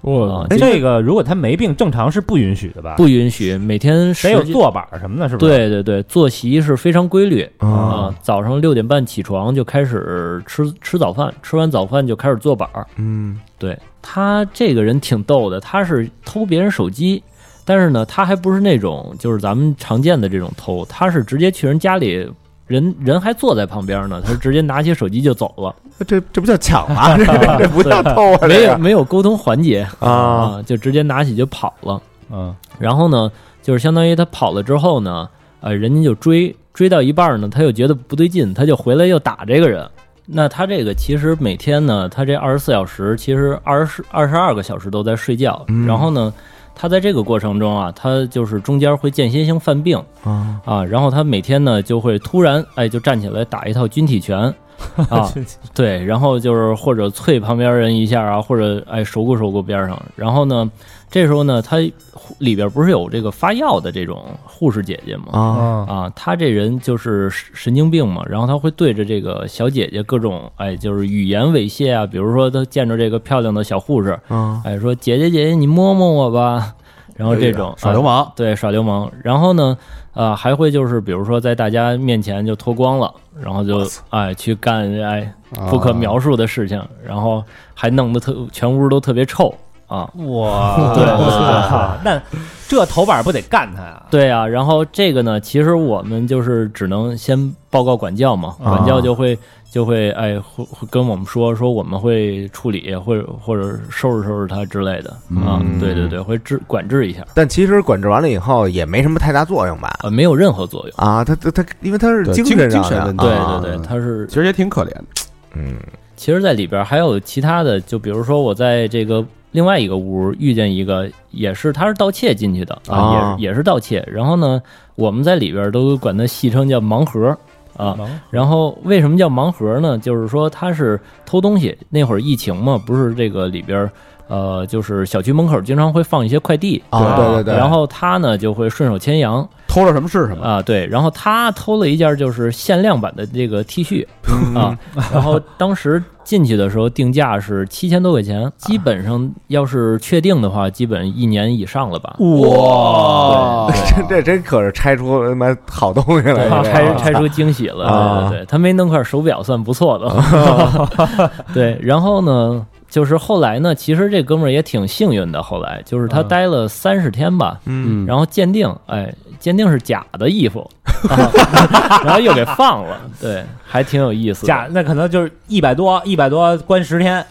S5: 我
S6: 啊，
S4: 这个如果他没病，正常是不允许的吧？
S6: 不允许每天
S4: 啊得
S6: 十
S4: 有坐板儿什么的，是不是？
S6: 对对对，作息是非常规律
S2: 啊，
S6: 啊，早上六点半起床就开始吃吃早饭，吃完早饭就开始做板儿。
S2: 嗯
S6: 对他这个人挺逗的，他是偷别人手机，但是呢，他还不是那种就是咱们常见的这种偷，他是直接去人家里，人人还坐在旁边呢，他直接拿起手机就走了，
S2: 这这不叫抢 吗？这这不叫偷啊！
S6: 没
S2: 这
S6: 有
S2: 个
S6: 没有沟通环节
S2: 啊，
S6: 就直接拿起就跑了。
S4: 嗯，
S6: 然后呢，就是相当于他跑了之后呢，呃，人家就追，追到一半儿呢，他又觉得不对劲，他就回来又打这个人。那他这个其实每天呢，他这二十四小时，其实二十二十二个小时都在睡觉。
S2: 嗯
S6: 然后呢，他在这个过程中啊，他就是中间会间歇性犯病
S2: 啊
S6: 啊，然后他每天呢就会突然哎就站起来打一套军体拳 啊，对，然后就是或者啐旁边人一下啊，或者哎手鼓手鼓边上，然后呢，这时候呢，他护里边不是有这个发药的这种护士姐姐吗？
S2: 啊
S4: 啊，
S6: 啊，他这人就是神神经病嘛，然后他会对着这个小姐姐各种哎，就是语言猥亵啊，比如说他见着这个漂亮的小护士，
S2: 啊
S6: 哎，说姐姐姐姐你摸摸我吧，然后这种
S1: 耍流
S6: 啊
S1: 氓，
S6: 对，耍流氓。然后呢，呃，还会就是比如说在大家面前就脱光了，然后就哎去干哎
S3: 啊
S2: 啊
S6: 不可描述的事情，然后还弄得特全屋都特别臭啊。
S4: 哇， 对，哇那这头板儿不得干他呀？
S6: 对啊，然后这个呢，其实我们就是只能先报告管教嘛，
S2: 啊
S6: 管教就会就会哎会会跟我们说说我们会处理，或者或者收拾收拾他之类的啊，
S2: 嗯
S6: 对对对，会治管制一下，
S2: 但其实管制完了以后也没什么太大作用吧？
S6: 呃，没有任何作用。
S2: 啊，他他他，因为他是
S3: 对
S2: 精
S3: 精
S2: 神上
S3: 精神
S2: 的
S3: 问题
S6: 对
S2: 啊
S6: 对对，他是
S3: 其实也挺可怜的。
S2: 嗯
S6: 其实，在里边还有其他的，就比如说我在这个另外一个屋遇见一个，也是他是盗窃进去的
S2: 啊
S6: 啊，也也是盗窃。然后呢，我们在里边都管他戏称叫盲盒啊。
S4: 嗯
S6: 然后为什么叫盲盒呢？就是说他是偷东西。那会儿疫情嘛，不是这个里边呃，就是小区门口经常会放一些快递。
S2: 啊，对对对，
S6: 然后他呢就会顺手牵羊
S3: 偷了什么是什么，
S6: 啊，对，然后他偷了一件就是限量版的这个 T 恤，啊，然后当时进去的时候定价是七千多块钱，基本上要是确定的话，基本一年以上了吧。
S3: 哇，
S2: 这这 真可是拆出他妈好东西来，这
S6: 啊拆拆出惊喜了，
S2: 啊
S6: 对对对，他没弄块手表算不错的，对。然后呢，就是后来呢，其实这哥们儿也挺幸运的，后来就是他待了三十天吧，
S2: 嗯
S6: 然后鉴定，哎，鉴定是假的衣服， 啊然后又给放了，对，还挺有意思的。
S4: 假那可能就是一百多，一百多关十天，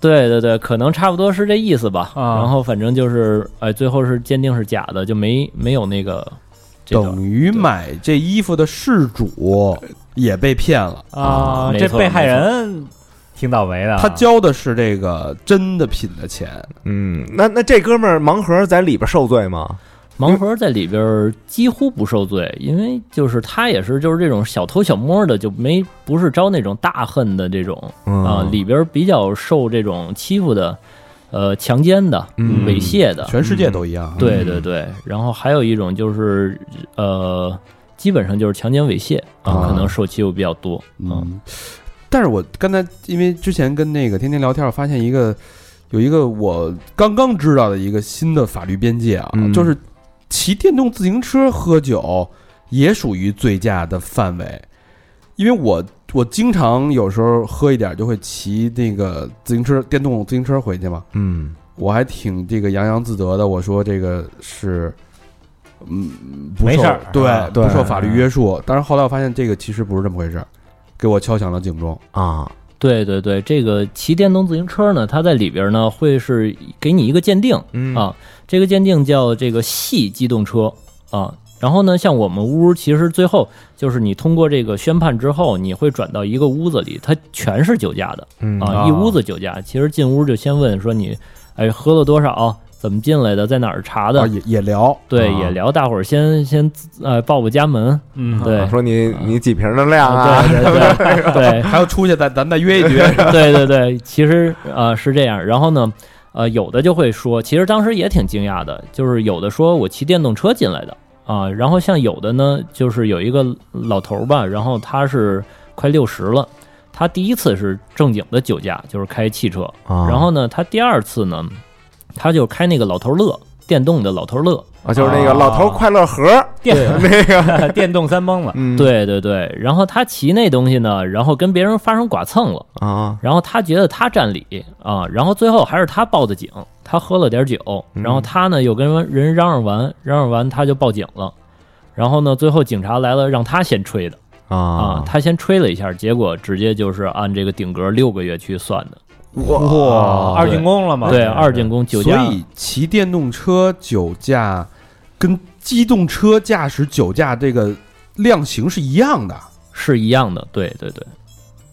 S6: 对对对，可能差不多是这意思吧。
S4: 啊
S6: 然后反正就是，哎，最后是鉴定是假的，就没没有那个这个。
S3: 等于买这衣服的事主也被骗了。
S4: 啊
S6: 没
S4: 这
S6: 错
S4: 被害人挺倒霉的啊。
S3: 他交的是这个真的品的钱，
S2: 嗯，那那这哥们儿盲盒在里边受罪吗？
S6: 盲盒在里边儿几乎不受罪，因为就是他也是就是这种小偷小摸的，就没不是招那种大恨的这种
S2: 嗯
S6: 啊、里边儿比较受这种欺负的，呃，强奸的、
S2: 嗯
S6: 猥亵的，
S3: 全世界都一样。
S6: 对对对。然后还有一种就是呃，基本上就是强奸猥亵啊、
S2: 啊
S6: 可能受欺负比较多。嗯
S3: 嗯，但是我刚才因为之前跟那个天天聊天，我发现一个有一个我刚刚知道的一个新的法律边界啊，
S2: 嗯
S3: 就是骑电动自行车喝酒也属于醉驾的范围，因为我我经常有时候喝一点就会骑那个自行车电动自行车回去嘛，
S2: 嗯
S3: 我还挺这个洋洋自得的，我说这个是。嗯，不
S4: 没
S3: 受
S4: 事儿
S3: 对、
S4: 啊
S3: 不
S2: 对
S3: 受法律约束。但是后来我发现这个其实不是这么回事儿，给我敲响了警钟。
S2: 啊
S6: 对对对，这个骑电动自行车呢，它在里边呢会是给你一个鉴定，
S2: 嗯
S6: 啊这个鉴定叫这个系机动车啊。然后呢，像我们屋其实最后就是你通过这个宣判之后，你会转到一个屋子里，它全是酒驾的
S2: 嗯
S6: 啊，
S4: 啊
S6: 一屋子酒驾。其实进屋就先问说你，哎，喝了多少？怎么进来的？在哪儿查
S3: 啊
S6: 的？
S3: 也也聊，
S6: 对，
S2: 啊
S6: 也聊大伙儿先先呃报报家门，
S4: 嗯，
S6: 对
S2: 啊说你你几瓶的量啊
S6: 啊，？对 对对对，
S3: 还要出去咱咱再约一局。
S6: 对对对，其实呃是这样。然后呢，呃，有的就会说，其实当时也挺惊讶的，就是有的说我骑电动车进来的啊、然后像有的呢，就是有一个老头儿吧，然后他是快六十了，他第一次是正经的酒驾，就是开汽车，
S2: 啊
S6: 然后呢，他第二次呢，他就开那个老头乐，电动的老头乐，
S2: 啊，就是那个老头快乐盒
S4: 电
S2: 那个，
S4: 电动三蹦子，
S2: 嗯，
S6: 对对对。然后他骑那东西呢，然后跟别人发生剐蹭了，
S2: 啊，
S6: 然后他觉得他占理啊，然后最后还是他报的警，他喝了点酒，
S2: 嗯
S6: 然后他呢又跟人嚷嚷完，嚷嚷完他就报警了。然后呢，最后警察来了，让他先吹的啊
S2: 啊，，
S6: 他先吹了一下，结果直接就是按这个顶格六个月去算的，
S3: 哦
S4: 哇，二进宫了嘛？
S6: 对，二进宫酒
S3: 所
S6: 驾，
S3: 以骑电动车酒驾跟机动车驾驶酒驾这个量刑是一样的。
S6: 是一样的，对对对，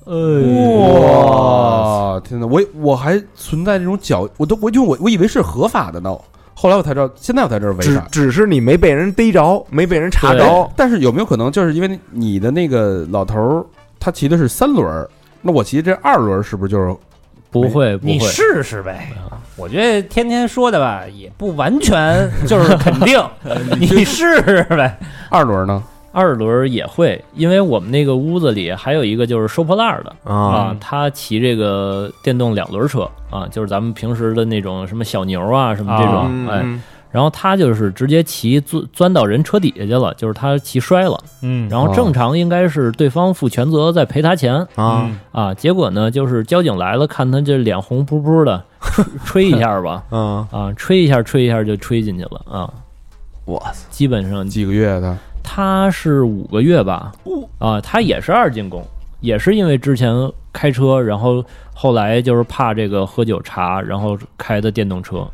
S4: 哎
S3: 哇！天哪，我我还存在这种脚，我都我就我我以为是合法的呢，后来我才知道，现在我才知道违
S2: 只
S3: 法。哎
S2: 只是你没被人逮着，没被人查着，
S3: 但是有没有可能，就是因为你的那个老头儿他骑的是三轮儿，那我骑这二轮儿是不是就是
S6: 不会不
S4: 你
S6: 会，
S4: 试试呗。我觉得天天说的吧，也不完全就是肯 定，你试试呗。
S3: 二轮儿呢？
S6: 二轮也会，因为我们那个屋子里还有一个就是收破烂儿的，
S2: 啊
S6: 啊，他骑这个电动两轮车啊，就是咱们平时的那种什么小牛啊，什么这种，
S2: 嗯
S6: 哎，
S2: 嗯
S6: 然后他就是直接骑钻钻到人车底下去了，就是他骑摔了，
S4: 嗯
S6: 然后正常应该是对方负全责再赔他钱
S2: 啊
S6: 啊，结果呢就是交警来了，看他这脸红扑扑的，吹吹 一下吧，
S2: 啊，
S6: 啊，吹一下吹一下就吹进去了啊，
S2: 我操，
S6: 基本上
S3: 几个月的？
S6: 他是五个月吧，啊，他也是二进宫，也是因为之前开车，然后后来就是怕这个喝酒查，然后开的电动车，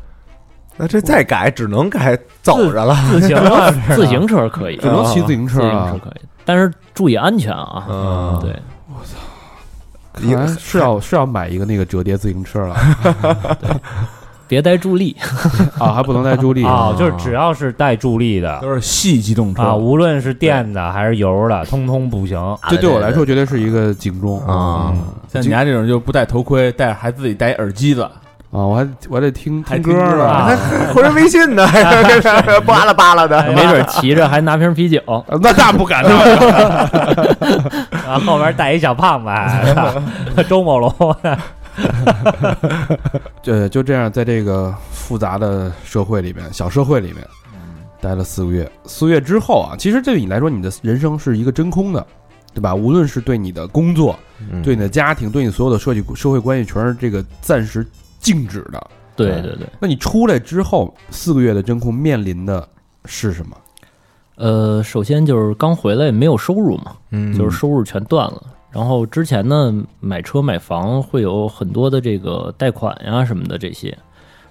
S2: 那这再改只能改走着了，
S4: 自行 了，是吧
S6: 啊自行车啊可以，
S3: 只能骑自行
S6: 自
S3: 车
S5: 啊
S6: 行车
S3: 了。
S6: 可以，但是注意安全啊。
S2: 嗯，
S6: 对，
S3: 看来哎是要是要买一个那个折叠自 行车了
S6: 别带助力，
S3: 啊，还不能带助力。
S4: 啊，就是只要是带助力的
S5: 都是细机动车
S4: 啊，无论是电的还是油的，通通不行。
S5: 啊
S4: 啊
S3: 这啊对我来说绝对是一个警钟
S2: 啊
S3: 嗯
S5: 像你家这种就不戴头盔，戴还自己戴耳机子，
S3: 啊！我还我还得听
S5: 还
S3: 听
S5: 听
S3: 歌
S5: 歌
S3: 呢
S5: 啊。
S2: 还回人微信
S6: 哎
S2: 呢， 扒拉扒拉的，
S6: 啊没准骑着还拿瓶啤酒。
S3: 啊 那那不敢，那不敢
S4: 啊，后边带一小胖子 哎，周某龙，
S3: 对，就这样，在这个复杂的社会里面，小社会里面，待了四个月。四个月之后啊，其实对你来说，你的人生是一个真空的，对吧？无论是对你的工作、
S2: 嗯
S3: 对你的家庭、对你所有的社会社会关系，全是这个暂时静止的。
S6: 对对对，
S3: 那你出来之后，四个月的真空面临的是什么？
S6: 呃，首先就是刚回来没有收入嘛，
S2: 嗯
S6: 就是收入全断了。然后之前呢，买车买房会有很多的这个贷款呀、什么的这些。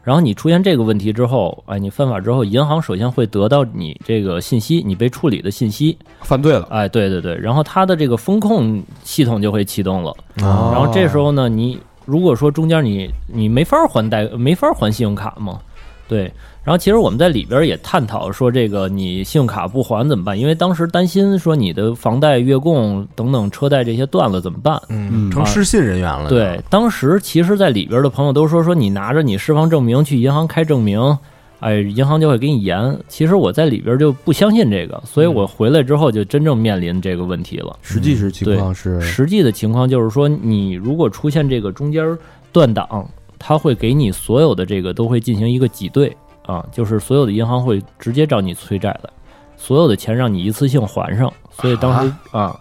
S6: 然后你出现这个问题之后，哎，你犯法之后，银行首先会得到你这个信息，你被处理的信息，
S3: 犯罪了，
S6: 哎，对对对，然后它的这个风控系统就会启动了。
S2: 啊
S6: 然后这时候呢，你如果说中间你你没法还贷，没法还信用卡嘛，对。然后其实我们在里边也探讨说，这个你信用卡不还怎么办？因为当时担心说你的房贷、月供等等车贷这些断了怎么办？
S2: 嗯
S3: 嗯
S2: 成失信人员了，
S6: 啊对，当时其实，在里边的朋友都说说你拿着你释放证明去银行开证明，哎，银行就会给你延。其实我在里边就不相信这个，所以我回来之后就真正面临这个问题了。
S3: 实际是情况嗯是
S6: 实际的情况就是说，你如果出现这个中间断档，它会给你所有的这个都会进行一个挤兑啊，就是所有的银行会直接找你催债的，所有的钱让你一次性还上。所以当时啊，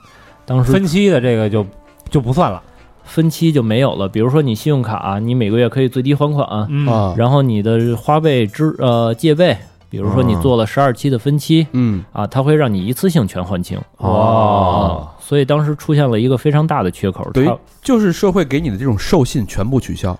S6: 当时
S4: 分期的这个就就不算了。
S6: 分期就没有了。比如说你信用卡、你每个月可以最低还款，
S4: 嗯，
S3: 啊，
S6: 然后你的花呗支呃借呗，比如说你做了十二期的分期
S3: 嗯，
S6: 啊，它会让你一次性全还清。
S2: 哦
S6: 啊，所以当时出现了一个非常大的缺口，
S3: 对于
S6: 它
S3: 就是社会给你的这种授信全部取消，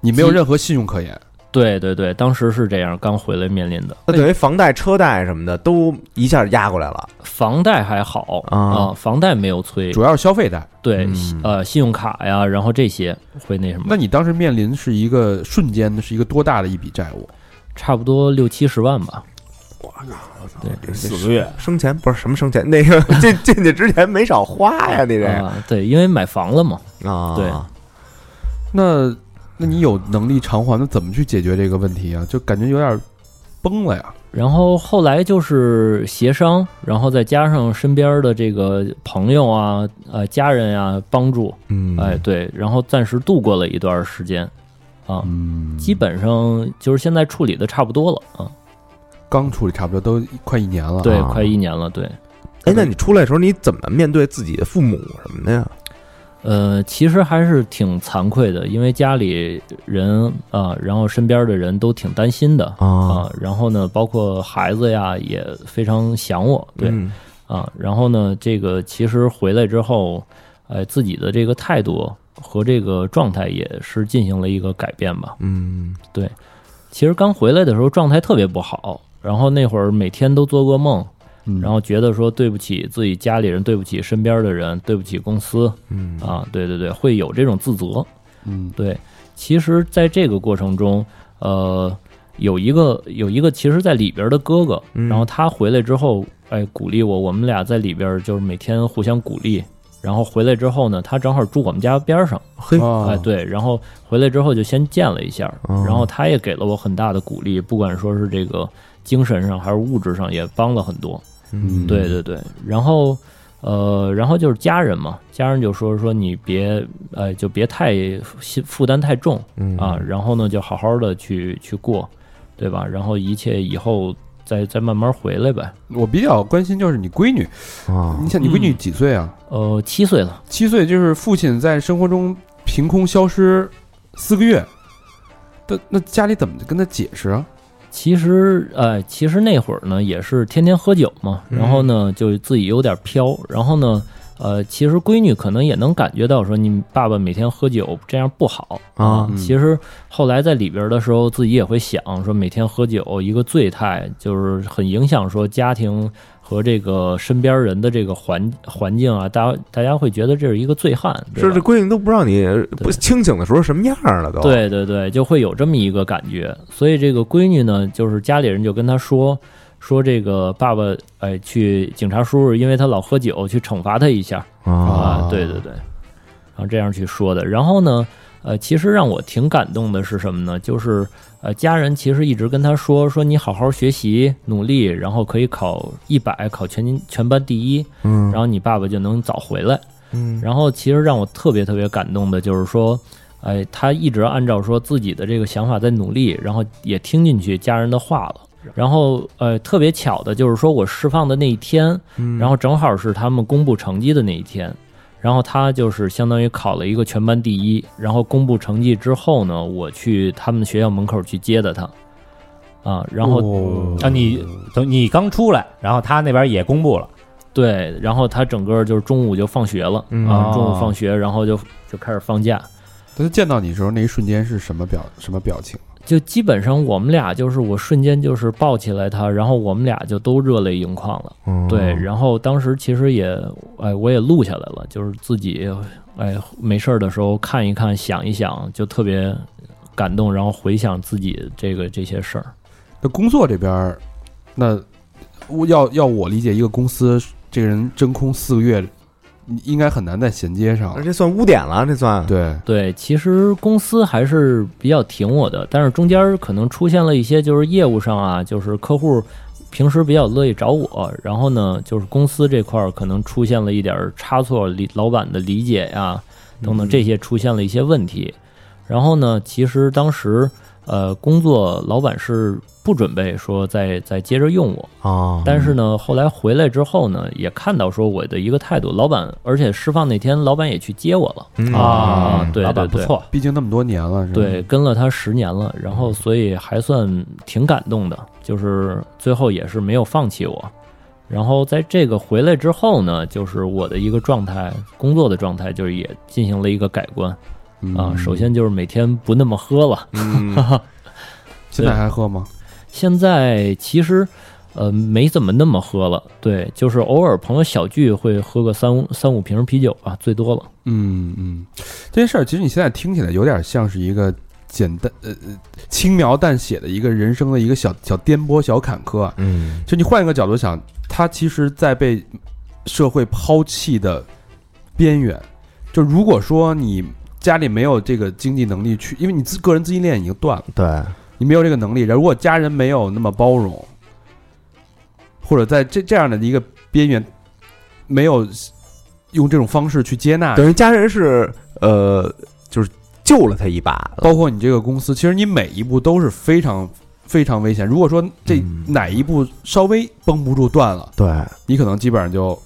S3: 你没有
S6: 基
S3: 任何信用可言。
S6: 对对对，当时是这样，刚回来面临的。
S2: 那等于房贷、车贷什么的都一下压过来了
S6: 房贷还好
S2: 啊
S6: 房贷没有催，
S3: 主要是消费贷。
S6: 对、
S2: 嗯
S6: 呃，信用卡呀，然后这些会那什么，
S3: 那你当时面临是一个瞬间的是一个多大的一笔债务？
S6: 差不多六七十万吧。
S5: 四个月
S2: 生前不是什么生前，那 个进进去之前没少花呀，你这
S6: 啊、对，因为买房了嘛，
S2: 啊，
S6: 对
S3: 那那你有能力偿还，那怎么去解决这个问题啊？就感觉有点崩了呀。
S6: 然后后来就是协商，然后再加上身边的这个朋友啊、呃家人啊帮助，
S2: 嗯，
S6: 哎，对，然后暂时度过了一段时间，啊、啊，
S1: 嗯，
S6: 基本上就是现在处理的差不多了啊，
S3: 刚处理差不多都快一年了，
S6: 对
S2: 啊，
S6: 快一年了，对。
S2: 哎，那你出来的时候你怎么面对自己的父母什么的呀？
S6: 呃，其实还是挺惭愧的，因为家里人啊，然后身边的人都挺担心的
S2: 啊，
S6: 啊，然后呢，包括孩子呀，也非常想我，对、
S2: 嗯
S6: 啊，然后呢，这个其实回来之后，呃，自己的这个态度和这个状态也是进行了一个改变吧。
S2: 嗯，
S6: 其实刚回来的时候状态特别不好，然后那会儿每天都做噩梦，
S1: 嗯
S6: 然后觉得说对不起自己家里人，对不起身边的人，对不起公司，
S2: 嗯
S6: 啊，对对对，会有这种自责。
S3: 嗯，
S6: 对，其实在这个过程中，呃，有一个有一个，其实在里边的哥哥，
S2: 嗯
S6: 然后他回来之后，哎，鼓励我，我们俩在里边就是每天互相鼓励。然后回来之后呢，他正好住我们家边上，
S2: 嘿，
S6: 哎，对，然后回来之后就先见了一下，
S2: 啊哦
S6: 然后他也给了我很大的鼓励，不管说是这个精神上还是物质上，也帮了很多。
S2: 嗯
S6: 对对对，然后呃，然后就是家人嘛，家人就说说你别呃，就别太心负担太重
S2: 嗯
S6: 啊，然后呢就好好的去去过，对吧？然后一切以后再再慢慢回来呗。
S3: 我比较关心就是你闺女，
S2: 啊
S3: 你，想你闺女
S6: 嗯
S3: 几岁啊？
S6: 呃，七岁了，
S3: 七岁，就是父亲在生活中凭空消失四个月，那那家里怎么跟他解释啊？
S6: 其实呃，其实那会儿呢也是天天喝酒嘛，然后呢就自己有点飘，然后呢。呃，其实闺女可能也能感觉到，说你爸爸每天喝酒这样不好
S2: 啊
S3: 嗯
S6: 其实后来在里边的时候，自己也会想说，每天喝酒一个醉态，就是很影响说家庭和这个身边人的这个环环境啊，大家大家会觉得这是一个醉汉，对
S2: 是
S6: 吧
S2: 这闺女都不知道你不清醒的时候什么样了都。，
S6: 对对对，就会有这么一个感觉。所以这个闺女呢，就是家里人就跟她说说这个爸爸，哎，去警察叔叔，因为他老喝酒，去惩罚他一下。啊，对对对，然后这样去说的。然后呢，呃，其实让我挺感动的是什么呢？就是呃，家人其实一直跟他说说你好好学习，努力，然后可以考一百，考全全班第一，
S2: 嗯
S6: 然后你爸爸就能早回来。
S2: 嗯
S6: 然后其实让我特别特别感动的就是说。哎，他一直按照说自己的这个想法在努力，然后也听进去家人的话了。然后呃，特别巧的就是说我释放的那一天，
S2: 嗯
S6: 然后正好是他们公布成绩的那一天，然后他就是相当于考了一个全班第一，然后公布成绩之后呢，我去他们学校门口去接的他，啊，然后、
S3: 哦
S1: 哦
S4: 啊，你
S3: 嗯
S4: 等你刚出来，然后他那边也公布了，
S6: 对，然后他整个就是中午就放学了、
S2: 嗯
S6: 啊，中午放学，然后就就开始放假，
S3: 他见到你的时候那一瞬间是什么表什么表情？
S6: 就基本上我们俩就是我瞬间就是抱起来他，然后我们俩就都热泪盈眶了。
S2: 哦
S6: 对，然后当时其实也，哎，我也录下来了，就是自己，哎，没事儿的时候看一看，想一想，就特别感动，然后回想自己这个这些事儿。
S3: 那工作这边儿，那我要要我理解，一个公司这个人真空四个月，你应该很难再衔接上
S2: 而。这算污点了，这算
S3: 对，
S6: 对，其实公司还是比较挺我的，但是中间儿可能出现了一些就是业务上啊，就是客户平时比较乐意找我，然后呢，就是公司这块儿可能出现了一点儿差错，理老板的理解呀、等等这些出现了一些问题。然后呢，其实当时呃工作老板是不准备说再再接着用我，
S2: 啊，
S6: 但是呢，后来回来之后呢，也看到说我的一个态度，老板，而且释放那天老板也去接我了。
S2: 嗯
S4: 啊
S6: 对
S4: 老板
S6: 对
S4: 不
S6: 对
S4: 错，
S3: 毕竟那么多年了，是吧？
S6: 对，，跟了他十年了，然后所以还算挺感动的，就是最后也是没有放弃我。然后在这个回来之后呢，就是我的一个状态，工作的状态，就是也进行了一个改观
S3: 嗯
S6: 啊。首先就是每天不那么喝了，
S2: 嗯
S3: 现在还喝吗？
S6: 现在其实呃没怎么那么喝了，对，就是偶尔朋友小聚会喝个三五三五瓶啤酒吧，最多了。
S3: 嗯嗯，这件事儿其实你现在听起来有点像是一个简单呃呃轻描淡写的一个人生的一个小小颠簸、小坎坷啊。
S2: 嗯
S3: 就你换一个角度想，他其实，在被社会抛弃的边缘。就如果说你家里没有这个经济能力去，因为你自个人资金链已经断了，
S2: 对，
S3: 你没有这个能力。如果家人没有那么包容，或者在这这样的一个边缘，没有用这种方式去接纳，
S2: 等于家人是呃，就是救了他一把了。
S3: 包括你这个公司，其实你每一步都是非常非常危险。如果说这
S2: 嗯
S3: 哪一步稍微绷不住断了，
S2: 对，
S3: 你可能基本上就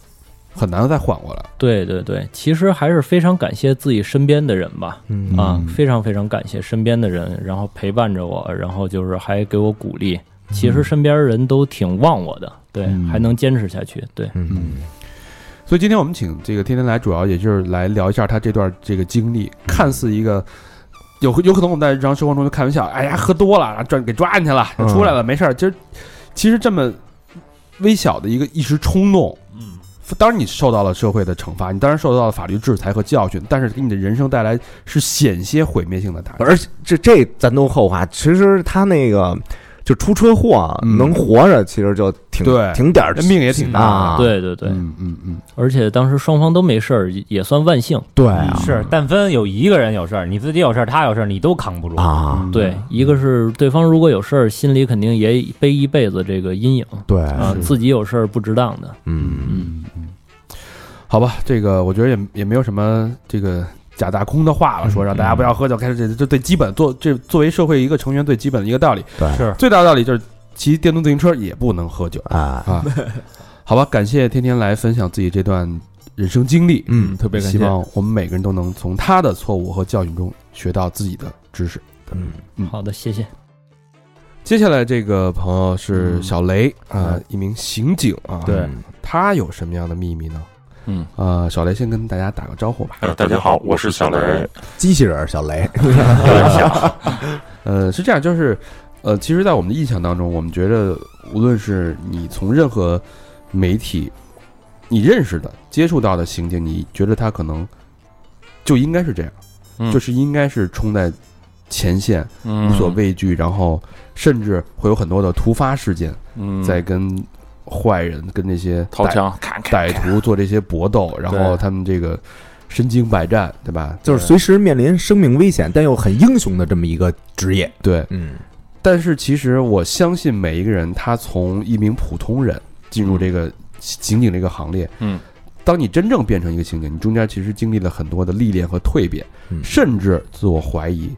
S3: 很难再缓过来。
S6: 对对对，其实还是非常感谢自己身边的人吧，
S2: 嗯
S6: 啊，非常非常感谢身边的人，然后陪伴着我，然后就是还给我鼓励。其实身边人都挺忘我的，对，
S1: 嗯
S6: 还能坚持下去，对，
S2: 嗯
S3: 所以今天我们请这个天天来，主要也就是来聊一下他这段这个经历，看似一个。有有可能我们在日常生活中就开玩笑，哎呀，喝多了，然后抓给抓进去了，
S2: 嗯
S3: 出来了，没事儿。其实，其实这么微小的一个一时冲动，
S5: 嗯，
S3: 当然你受到了社会的惩罚，你当然受到了法律制裁和教训，但是给你的人生带来是险些毁灭性的打击。
S2: 而且这这咱都后话，其实他那个就出车祸啊
S3: 嗯
S2: 能活着，其实就挺
S3: 对
S2: 挺点儿
S3: 这命也挺大的
S2: 啊，
S6: 对对对，
S3: 嗯嗯嗯，
S6: 而且当时双方都没事儿，也也算万幸。
S2: 对啊
S4: 是，但分有一个人有事儿，你自己有事儿，他有事儿，你都扛不住。
S3: 嗯
S2: 啊，
S6: 对，一个是对方如果有事儿，心里肯定也背一辈子这个阴影
S2: 对，
S6: 啊，自己有事儿不值当的，
S2: 嗯，
S3: 嗯嗯，好吧，这个我觉得也也没有什么这个假大空的话
S5: 嗯
S3: 了，说让大家不要喝酒，开始这这最基本做这作为社会一个成员最基本的一个道理，
S2: 对
S4: 是
S3: 最大的道理就是骑电动自行车也不能喝酒
S2: 啊，
S3: 啊。好吧，感谢天天来分享自己这段人生经历，
S5: 嗯，特别感
S3: 希
S5: 谢。
S3: 望我们每个人都能从他的错误和教训中学到自己的知识。
S2: 嗯，
S3: 嗯
S6: 好的，谢谢。
S3: 接下来这个朋友是小雷啊、一名刑警啊，
S5: 嗯
S4: 嗯
S5: 对，
S3: 他有什么样的秘密呢？
S5: 嗯，
S3: 呃，小雷先跟大家打个招呼吧。
S7: 呃，大家好，我是小雷。
S2: 机器人儿小雷，
S3: 呃，是这样，就是，呃，其实，在我们的印象当中，我们觉得，无论是你从任何媒体你认识的、接触到的刑警，你觉得他可能就应该是这样，
S5: 嗯
S3: 就是应该是冲在前线，
S5: 嗯
S3: 无所畏惧，然后甚至会有很多的突发事件，在跟坏人、跟那些
S7: 嗯掏
S3: 歹
S7: 枪，砍砍
S3: 歹徒做这些搏斗，然后
S5: 对
S3: 他们这个身经百战，对吧？
S2: 就是随时面临生命危险，但又很英雄的这么一个职业。
S3: 对。
S2: 嗯
S3: 但是其实我相信每一个人，他从一名普通人进入这个刑警这个行列，
S5: 嗯，
S3: 当你真正变成一个刑警，你中间其实经历了很多的历练和蜕变，
S2: 嗯
S3: 甚至自我怀疑、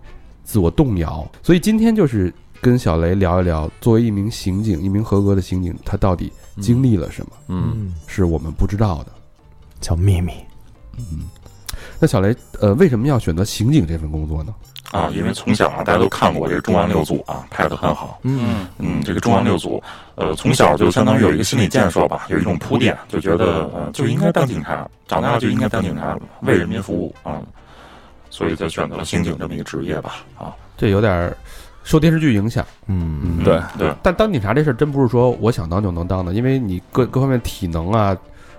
S3: 自我动摇。所以今天就是跟小雷聊一聊，作为一名刑警，一名合格的刑警，他到底经历了什么，
S5: 嗯，，
S3: 是我们不知道的。
S2: 小秘密，
S3: 那小雷，呃，为什么要选择刑警这份工作呢？
S7: 啊！因为从小啊，大家都看过这个《中央六组》啊，拍的很好。
S2: 嗯
S7: 嗯，这个《中央六组》，呃，从小就相当于有一个心理建设吧，有一种铺垫，就觉得呃就应该当警察，长大了就应该当警察，为人民服务啊。所以才选择了刑警这么一个职业吧，啊，
S3: 这有点儿受电视剧影响。
S2: 嗯
S3: 嗯
S7: 对对，
S3: 但当警察这事儿真不是说我想当就能当的，因为你各各方面体能啊、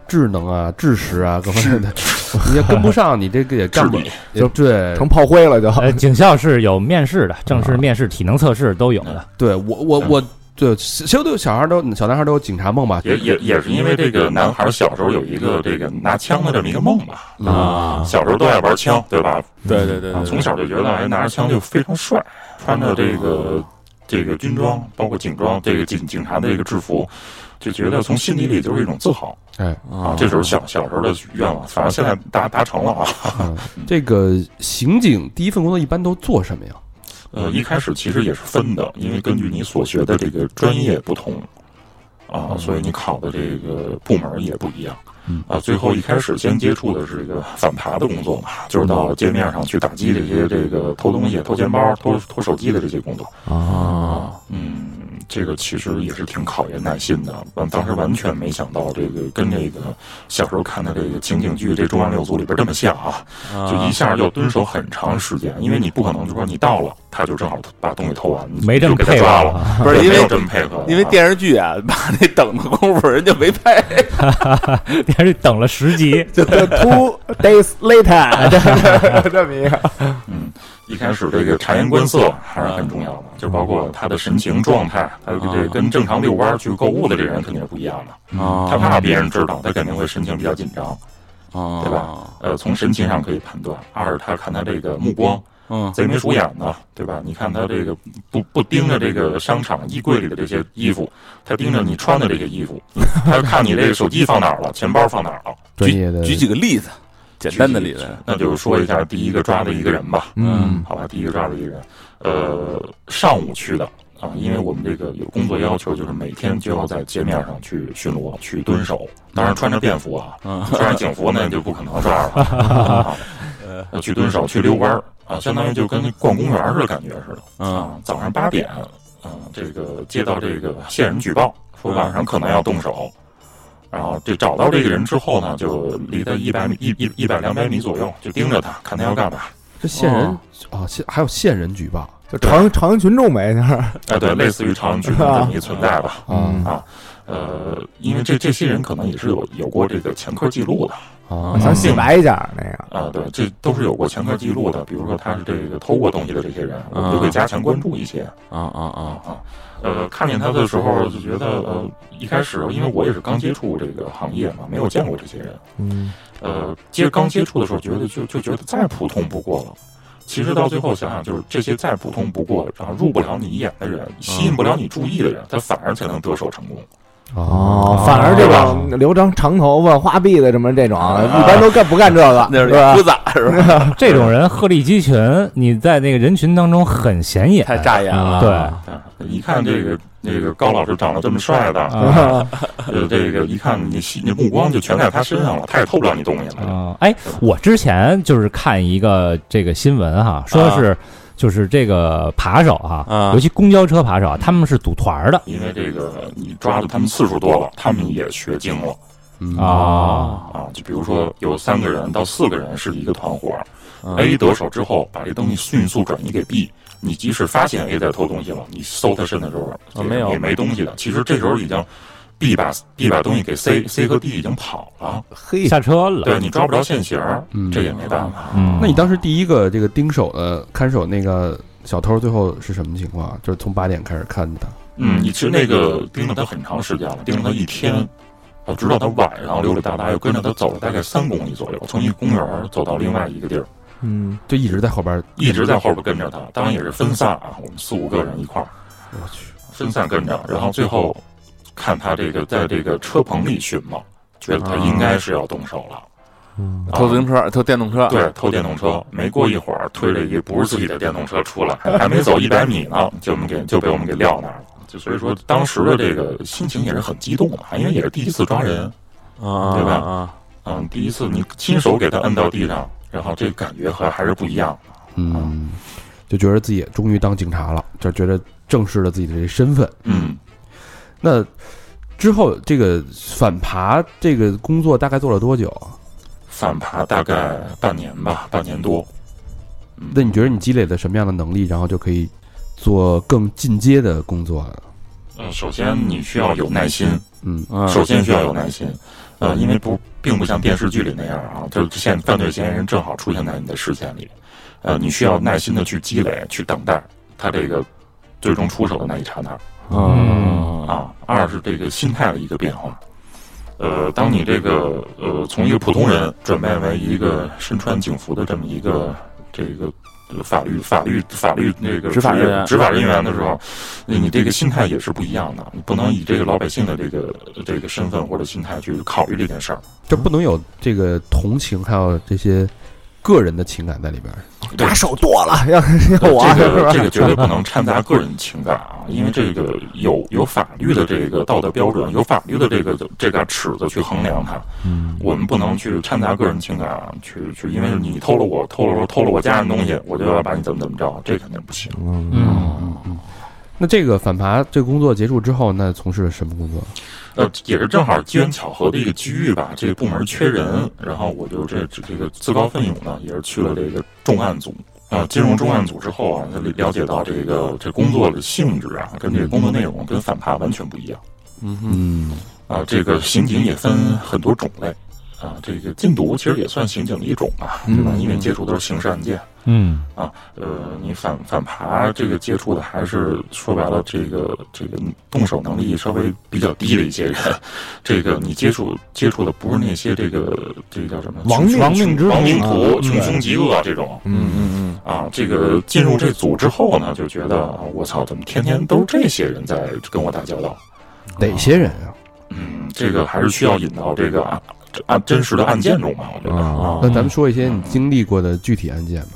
S3: 智能啊、知识啊各方面的， 你要跟不上，你这个也
S7: 智
S3: 干不
S7: 力，
S3: 也对
S2: 成炮灰了就。
S4: 呃，警校是有面试的，正式面试、体能测试都有 的。
S3: 对我我
S7: 嗯
S3: 我对谁都有小孩都小男孩都有警察梦吧？
S7: 也也也是因为这个男孩小时候有一个这个拿枪的这么一个梦吧，嗯
S2: 啊
S7: 小时候都爱玩枪，对吧？
S5: 对对对
S7: 啊，
S5: 对，
S7: 从小就觉得哎，拿着枪就非常帅，穿着这个这个军装，包括警装，这个警警察的这个制服，就觉得从心底里就是一种自豪
S3: 哎
S7: 啊。这时候小小时候的愿望，反正现在达达成了 啊。
S3: 这个刑警第一份工作一般都做什么呀？
S7: 呃，一开始其实也是分的，因为根据你所学的这个专业不同啊，所以你考的这个部门也不一样。啊，最后一开始先接触的是这个反扒的工作嘛，就是到街面上去打击这些这个偷东西、偷钱包、偷偷手机的这些工作。
S2: 啊，
S7: 嗯，这个其实也是挺考验耐心的。嗯，当时完全没想到这个跟这个小时候看的这个情景剧《这中央六组》里边这么像啊，就一下要蹲守很长时间，因为你不可能就说你到了，他就正好把东西偷完，你
S4: 没这么
S7: 就给他
S4: 配合啊
S7: 抓了，
S2: 不是
S7: 对
S2: 因
S7: 没有
S2: 为
S7: 这么配合，
S2: 因为
S7: 啊
S2: 电视剧啊， 把那等的功夫人家没拍，
S4: 你还是等了十集，
S2: 就 two days later 这么一个。
S7: 嗯，一开始这个察言观色还是很重要的，就包括他的神情状态，还有这跟正常遛弯儿去购物的这人肯定是不一样的。
S8: 啊
S7: 他怕别人知道，他肯定会神情比较紧张。
S8: 啊，
S7: 对吧？呃，从神情上可以判断。二是他看他这个目光，
S8: 嗯
S7: 贼眉鼠眼的，对吧？你看他这个不不盯着这个商场衣柜里的这些衣服，嗯他盯着你穿的这些衣服，他看你这个手机放哪儿了，钱包放哪儿了。
S3: 专业的
S8: 举几个例子，简单的理论，
S7: 那就说一下第一个抓的一个人吧，
S2: 嗯
S7: 好吧，第一个抓的一个人，呃，上午去的啊，因为我们这个有工作要求，就是每天就要在街面上去巡逻、去蹲守，当然穿着便服啊，
S8: 嗯
S7: 穿着警服那就不可能抓了，啊去蹲守、去遛弯儿啊，相当于就跟逛公园儿的感觉似的。啊
S8: 嗯，
S7: 早上八点，啊，这个接到这个线人举报说晚上可能要动手，然后这找到这个人之后呢，就离他一百米一一一百两百米左右，就盯着他，看他要干嘛。
S3: 这线人啊，线还有线人举报，
S2: 就朝阳朝阳群众呗，那是
S7: 哎，对，类似于朝阳群众这么一存在 吧。
S2: 嗯
S7: 啊，呃，因为这这些人可能也是有有过这个前科记录的
S3: 啊
S2: 我想洗白一下那个，
S7: 啊，对，这都是有过前科记录的。比如说他是这个偷过东西的这些人，我们就会加强关注一些。
S8: 啊啊啊，
S7: 啊，呃，看见他的时候就觉得，呃，一开始因为我也是刚接触这个行业嘛，没有见过这些人，
S2: 嗯，
S7: 呃，接刚接触的时候觉得就就觉得再普通不过了。其实到最后想想，就是这些再普通不过，然后入不了你眼的人，吸引不了你注意的人，他反而才能得手成功。
S3: 啊
S2: 哦，反而这种留长长头发、花臂的什么这种，一般都干不干这个，
S8: 那
S2: 是
S8: 是
S2: 吧
S8: 胡？子是吧？
S4: 这种人鹤立鸡群，你在那个人群当中很显眼，
S8: 太扎眼了，
S4: 对，
S7: 啊一看这个那个高老师长得这么帅的，
S4: 啊
S7: 呃，这个一看你吸你目光就全在他身上了，他也偷不了你东西了。
S4: 啊！哎，我之前就是看一个这个新闻哈，说是就是这个扒手哈
S8: 啊，
S4: 尤其公交车扒手，啊他们是组团儿的
S7: 因为这个你抓的他们次数多了，他们也学精了。
S4: 啊
S7: 啊，就比如说有三个人到四个人是一个团伙、
S8: 嗯
S7: a 得手之后把这东西迅速转移给 B，你即使发现 A 在偷东西了，你搜他身的时候、这个
S8: 啊没有
S7: 也没东西的。其实这时候已经 B 把 B 把东西给 C，C 和 D 已经跑了，
S2: 嘿，
S4: 下车了，
S7: 对你抓不着现行，
S1: 嗯
S7: 这也没办法。
S4: 嗯，
S3: 那你当时第一个这个盯守的看守那个小偷，最后是什么情况？就是从八点开始看的，
S7: 嗯，你其实那个盯了他很长时间了，盯了他一天。啊，直到他晚上溜溜达达，又跟着他走了大概三公里左右，从一公园走到另外一个地儿，
S2: 嗯，
S3: 就一直在后边，
S7: 一直在后边跟着他。当然也是分散啊，我们四五个人一块儿
S3: 我去，
S7: 分散跟着，然后最后看他这个在这个车棚里啊寻嘛，觉得他应该是要动手了。嗯，
S8: 偷自行车，偷电动车，
S7: 对，偷电动车。没过一会儿，推了一个不是自己的电动车出来，还没走一百米呢，就我们给就被我们给撂那儿了。就所以说，当时的这个心情也是很激动的，因为也是第一次抓人，
S8: 啊，
S7: 对吧
S8: 啊，
S7: 嗯，第一次你亲手给他摁到地上，然后这感觉还还是不一样。啊
S1: 嗯，
S3: 就觉得自己终于当警察了，就觉得正视了自己的这身份。
S7: 嗯，
S3: 那之后这个反扒这个工作大概做了多久啊？
S7: 反扒大概半年吧，半年多。嗯
S3: 那你觉得你积累了什么样的能力，然后就可以做更进阶的工作了？
S7: 呃，首先你需要有耐心，
S3: 嗯
S8: 嗯
S7: 首先需要有耐心，呃，因为不并不像电视剧里那样啊，就是现犯罪嫌疑人正好出现在你的视线里，呃，你需要耐心的去积累，去等待他这个最终出手的那一刹那
S8: 啊嗯
S7: 啊。二是这个心态的一个变化，呃，当你这个呃从一个普通人转变为一个身穿警服的这么一个这个。呃法律、法律、法律那个
S8: 执法
S7: 职业
S8: 人员
S7: 执法人员的时候，你你这个心态也是不一样的，你不能以这个老百姓的这个呃这个身份或者心态去考虑这件事儿。
S3: 就不能有这个同情，还有这些个人的情感在里边。
S2: 把手剁了，要 要我
S7: 这
S2: 是
S7: 个
S2: 吧？
S7: 这个绝对不 能掺杂个人情感啊，因为这个有有法律的这个道德标准，有法律的这个这个尺子去衡量它。嗯，我们不能去掺杂个人情感啊，去去，因为你偷了我偷了我偷了我家人东西，我就要把你怎么怎么着，这肯定不行。
S6: 嗯
S3: 那这个反扒这个工作结束之后，那从事了什么工作？
S7: 呃，也是正好机缘巧合的一个机遇吧，这个部门缺人，然后我就这这个自告奋勇呢，也是去了这个重案组啊。进入重案组之后啊，了解到这个这工作的性质啊，跟这个工作内容跟反扒完全不一样
S1: 嗯
S7: 啊。这个刑警也分很多种类啊，这个禁毒其实也算刑警的一种吧，对吧？因为接触都是刑事案件，
S4: 嗯
S7: 啊，呃，你反反扒这个接触的还是说白了，这个这个动手能力稍微比较低的一些人，这个你接触接触的不是那些这个这个叫什么
S2: 亡命
S7: 亡
S2: 之徒
S7: 亡命徒、
S2: 啊
S7: 穷凶极恶这种
S8: 嗯嗯
S7: 啊。这个进入这组之后呢，就觉得啊我操，怎么天天都是这些人在跟我打交道？
S1: 哪些人啊？
S7: 嗯，这个还是需要引到这个啊案真实的案件中吧，我觉得啊
S3: 那。咱们说一些你经历过的具体案件吧。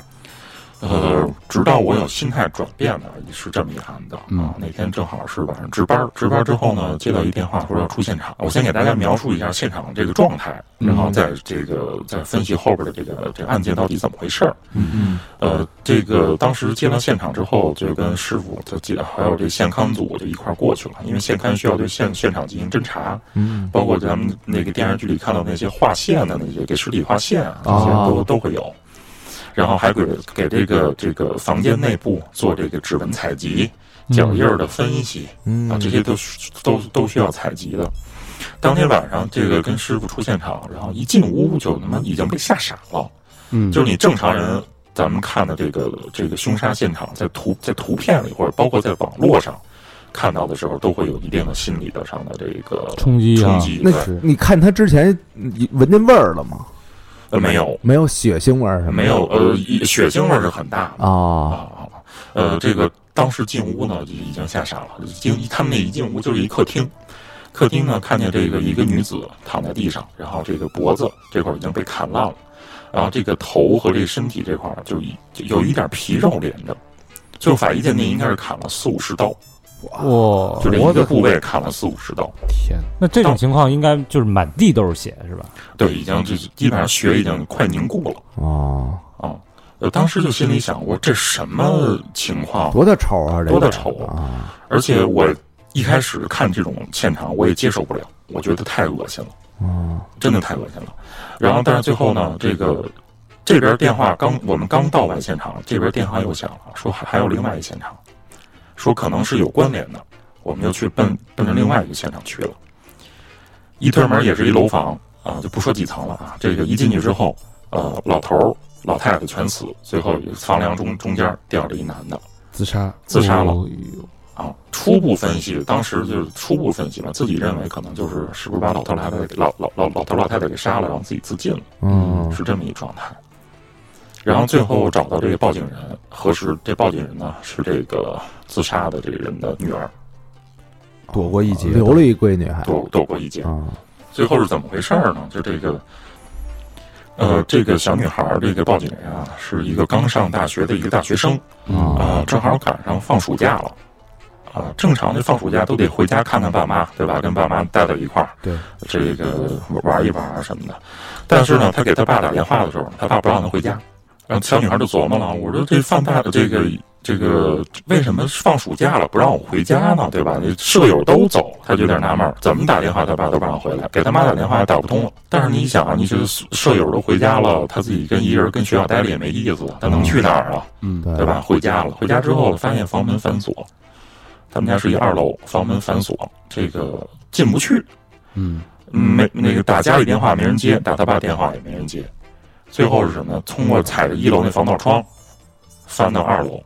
S7: 呃，直到我有心态转变呢，是这么一案子。
S3: 嗯
S7: 啊，那天正好是晚上值班，值班之后呢，接到一电话说要出现场。我先给大家描述一下现场这个状态，然后再这个再分析后边的这个这个案件到底怎么回事儿。
S5: 嗯
S7: 呃，这个当时接到现场之后，就跟师傅他姐还有这县勘组就一块儿过去了，因为县勘需要对现现场进行侦查，
S5: 嗯
S7: 包括咱们那个电视剧里看到那些画线的那些给尸体画线啊，这些都、都会有。然后还给给这个这个房间内部做这个指纹采集、脚印儿的分析、啊，这些都是都都需要采集的。当天晚上，这个跟师傅出现场，然后一进屋就他妈已经被吓傻了。
S3: 嗯
S7: 就是你正常人，咱们看的这个这个凶杀现场，在图在图片里或者包括在网络上看到的时候，都会有一定的心理的上的这个
S8: 冲击啊
S7: 冲击。
S2: 那
S7: 对
S2: 你看他之前你闻见味儿了吗？
S7: 呃没有
S2: 没有血腥味儿什么
S7: 没
S2: 的？
S7: 有呃一血腥味儿是很大的
S2: 啊，
S7: 啊。呃，这个当时进屋呢就已经吓傻了，已经他们那一进屋就是一客厅，客厅呢看见这个一个女子躺在地上，然后这个脖子这块儿已经被砍烂了，然后这个头和这个身体这块儿就一就有一点皮肉连着，就法医鉴定应该是砍了四五十刀，
S4: 哇
S6: 嗯
S7: 就这
S3: 我
S7: 一
S3: 的
S7: 个部位砍了四五十刀，
S3: 天，
S4: 那这种情况应该就是满地都是血，是吧？
S7: 对，已经就是基本上血已经快凝固了
S2: 哦，
S7: 啊。呃，当时就心里想，我这什么情况？
S2: 多大仇啊！这
S7: 多大仇啊
S2: 啊！
S7: 而且我一开始看这种现场，我也接受不了，我觉得太恶心了，
S2: 嗯
S7: 真的太恶心了。然后，但是最后呢，这个这边电话刚我们刚到完现场，这边电话又响了，说还还有另外一现场，说可能是有关联的，我们就去奔奔着另外一个现场去了。一推门也是一楼房啊，就不说几层了啊。这个一进去之后，呃，老头儿、老太太全死，最后房梁中中间吊着一男的，
S3: 自杀，哦
S7: 自杀了。啊，初步分析，当时就是初步分析嘛，自己认为可能就是是不是把老头老太太给老老老老头老太太给杀了，然后自己自尽了，
S2: 嗯
S7: 是这么一状态。然后最后找到这个报警人，核实这报警人呢是这个自杀的这个人的女儿，
S3: 躲过一劫，
S2: 留了一闺女还
S7: 躲躲过一劫。
S2: 啊，
S7: 最后是怎么回事儿呢？就这个，呃，这个小女孩儿，这个报警人啊，是一个刚上大学的一个大学生啊、正好赶上放暑假了。啊、正常的放暑假都得回家看看爸妈，对吧？跟爸妈待在一块儿，
S3: 对，
S7: 这个玩一玩啊什么的。但是呢，他给他爸打电话的时候，他爸不让他回家，然后小女孩就琢磨了，我说这放大这个这个为什么放暑假了不让我回家呢？对吧？你舍友都走，他就有点纳闷儿，怎么打电话他爸都不让回来，给他妈打电话也打不通了。但是你想啊，你这舍友都回家了，他自己跟一人跟学校待着也没意思，他能去哪儿啊？
S3: 嗯，
S2: 对
S7: 对吧？？回家了，回家之后发现房门反锁，他们家是一二楼，房门反锁，这个进不去。
S3: 嗯，
S7: 没那个打家里电话没人接，打他爸电话也没人接，最后是什么呢？通过踩着一楼那防盗窗，翻到二楼，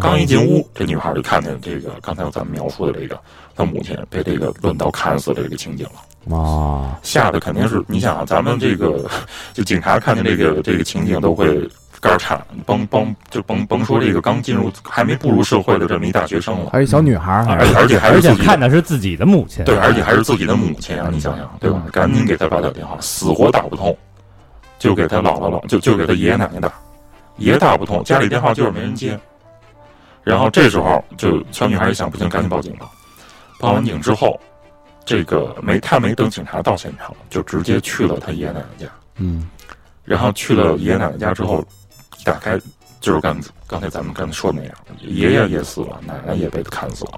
S7: 刚一进屋，这女孩就看见这个刚才咱们描述的这个她母亲被这个乱刀砍死的这个情景了，
S2: 啊，
S7: 吓得肯定是你想啊，咱们这个 就警察看见这个这个情景都会肝儿颤，甭甭就甭甭说这个刚进入还没步入社会的这么一大学生了，
S2: 还有一小女孩儿还
S7: 而
S2: 是
S7: 且而且还
S4: 啊而
S7: 是
S4: 且
S7: 自己
S4: 看的是自己的母亲，
S7: 对，而且还是自己的母亲啊，你想想，对吧？赶紧给他爸打电话，死活打不通，就给他姥姥姥，就就给他爷爷奶奶打，也打不通，家里电话就是没人接。然后这时候就小女孩一想，不行，赶紧报警吧。报完警之后，这个没他没等警察到现场，就直接去了他爷爷奶奶家。
S3: 嗯，
S7: 然后去了爷爷奶奶家之后，一打开就是刚刚才咱们刚才说的那样，爷爷也死了，奶奶也被砍死了，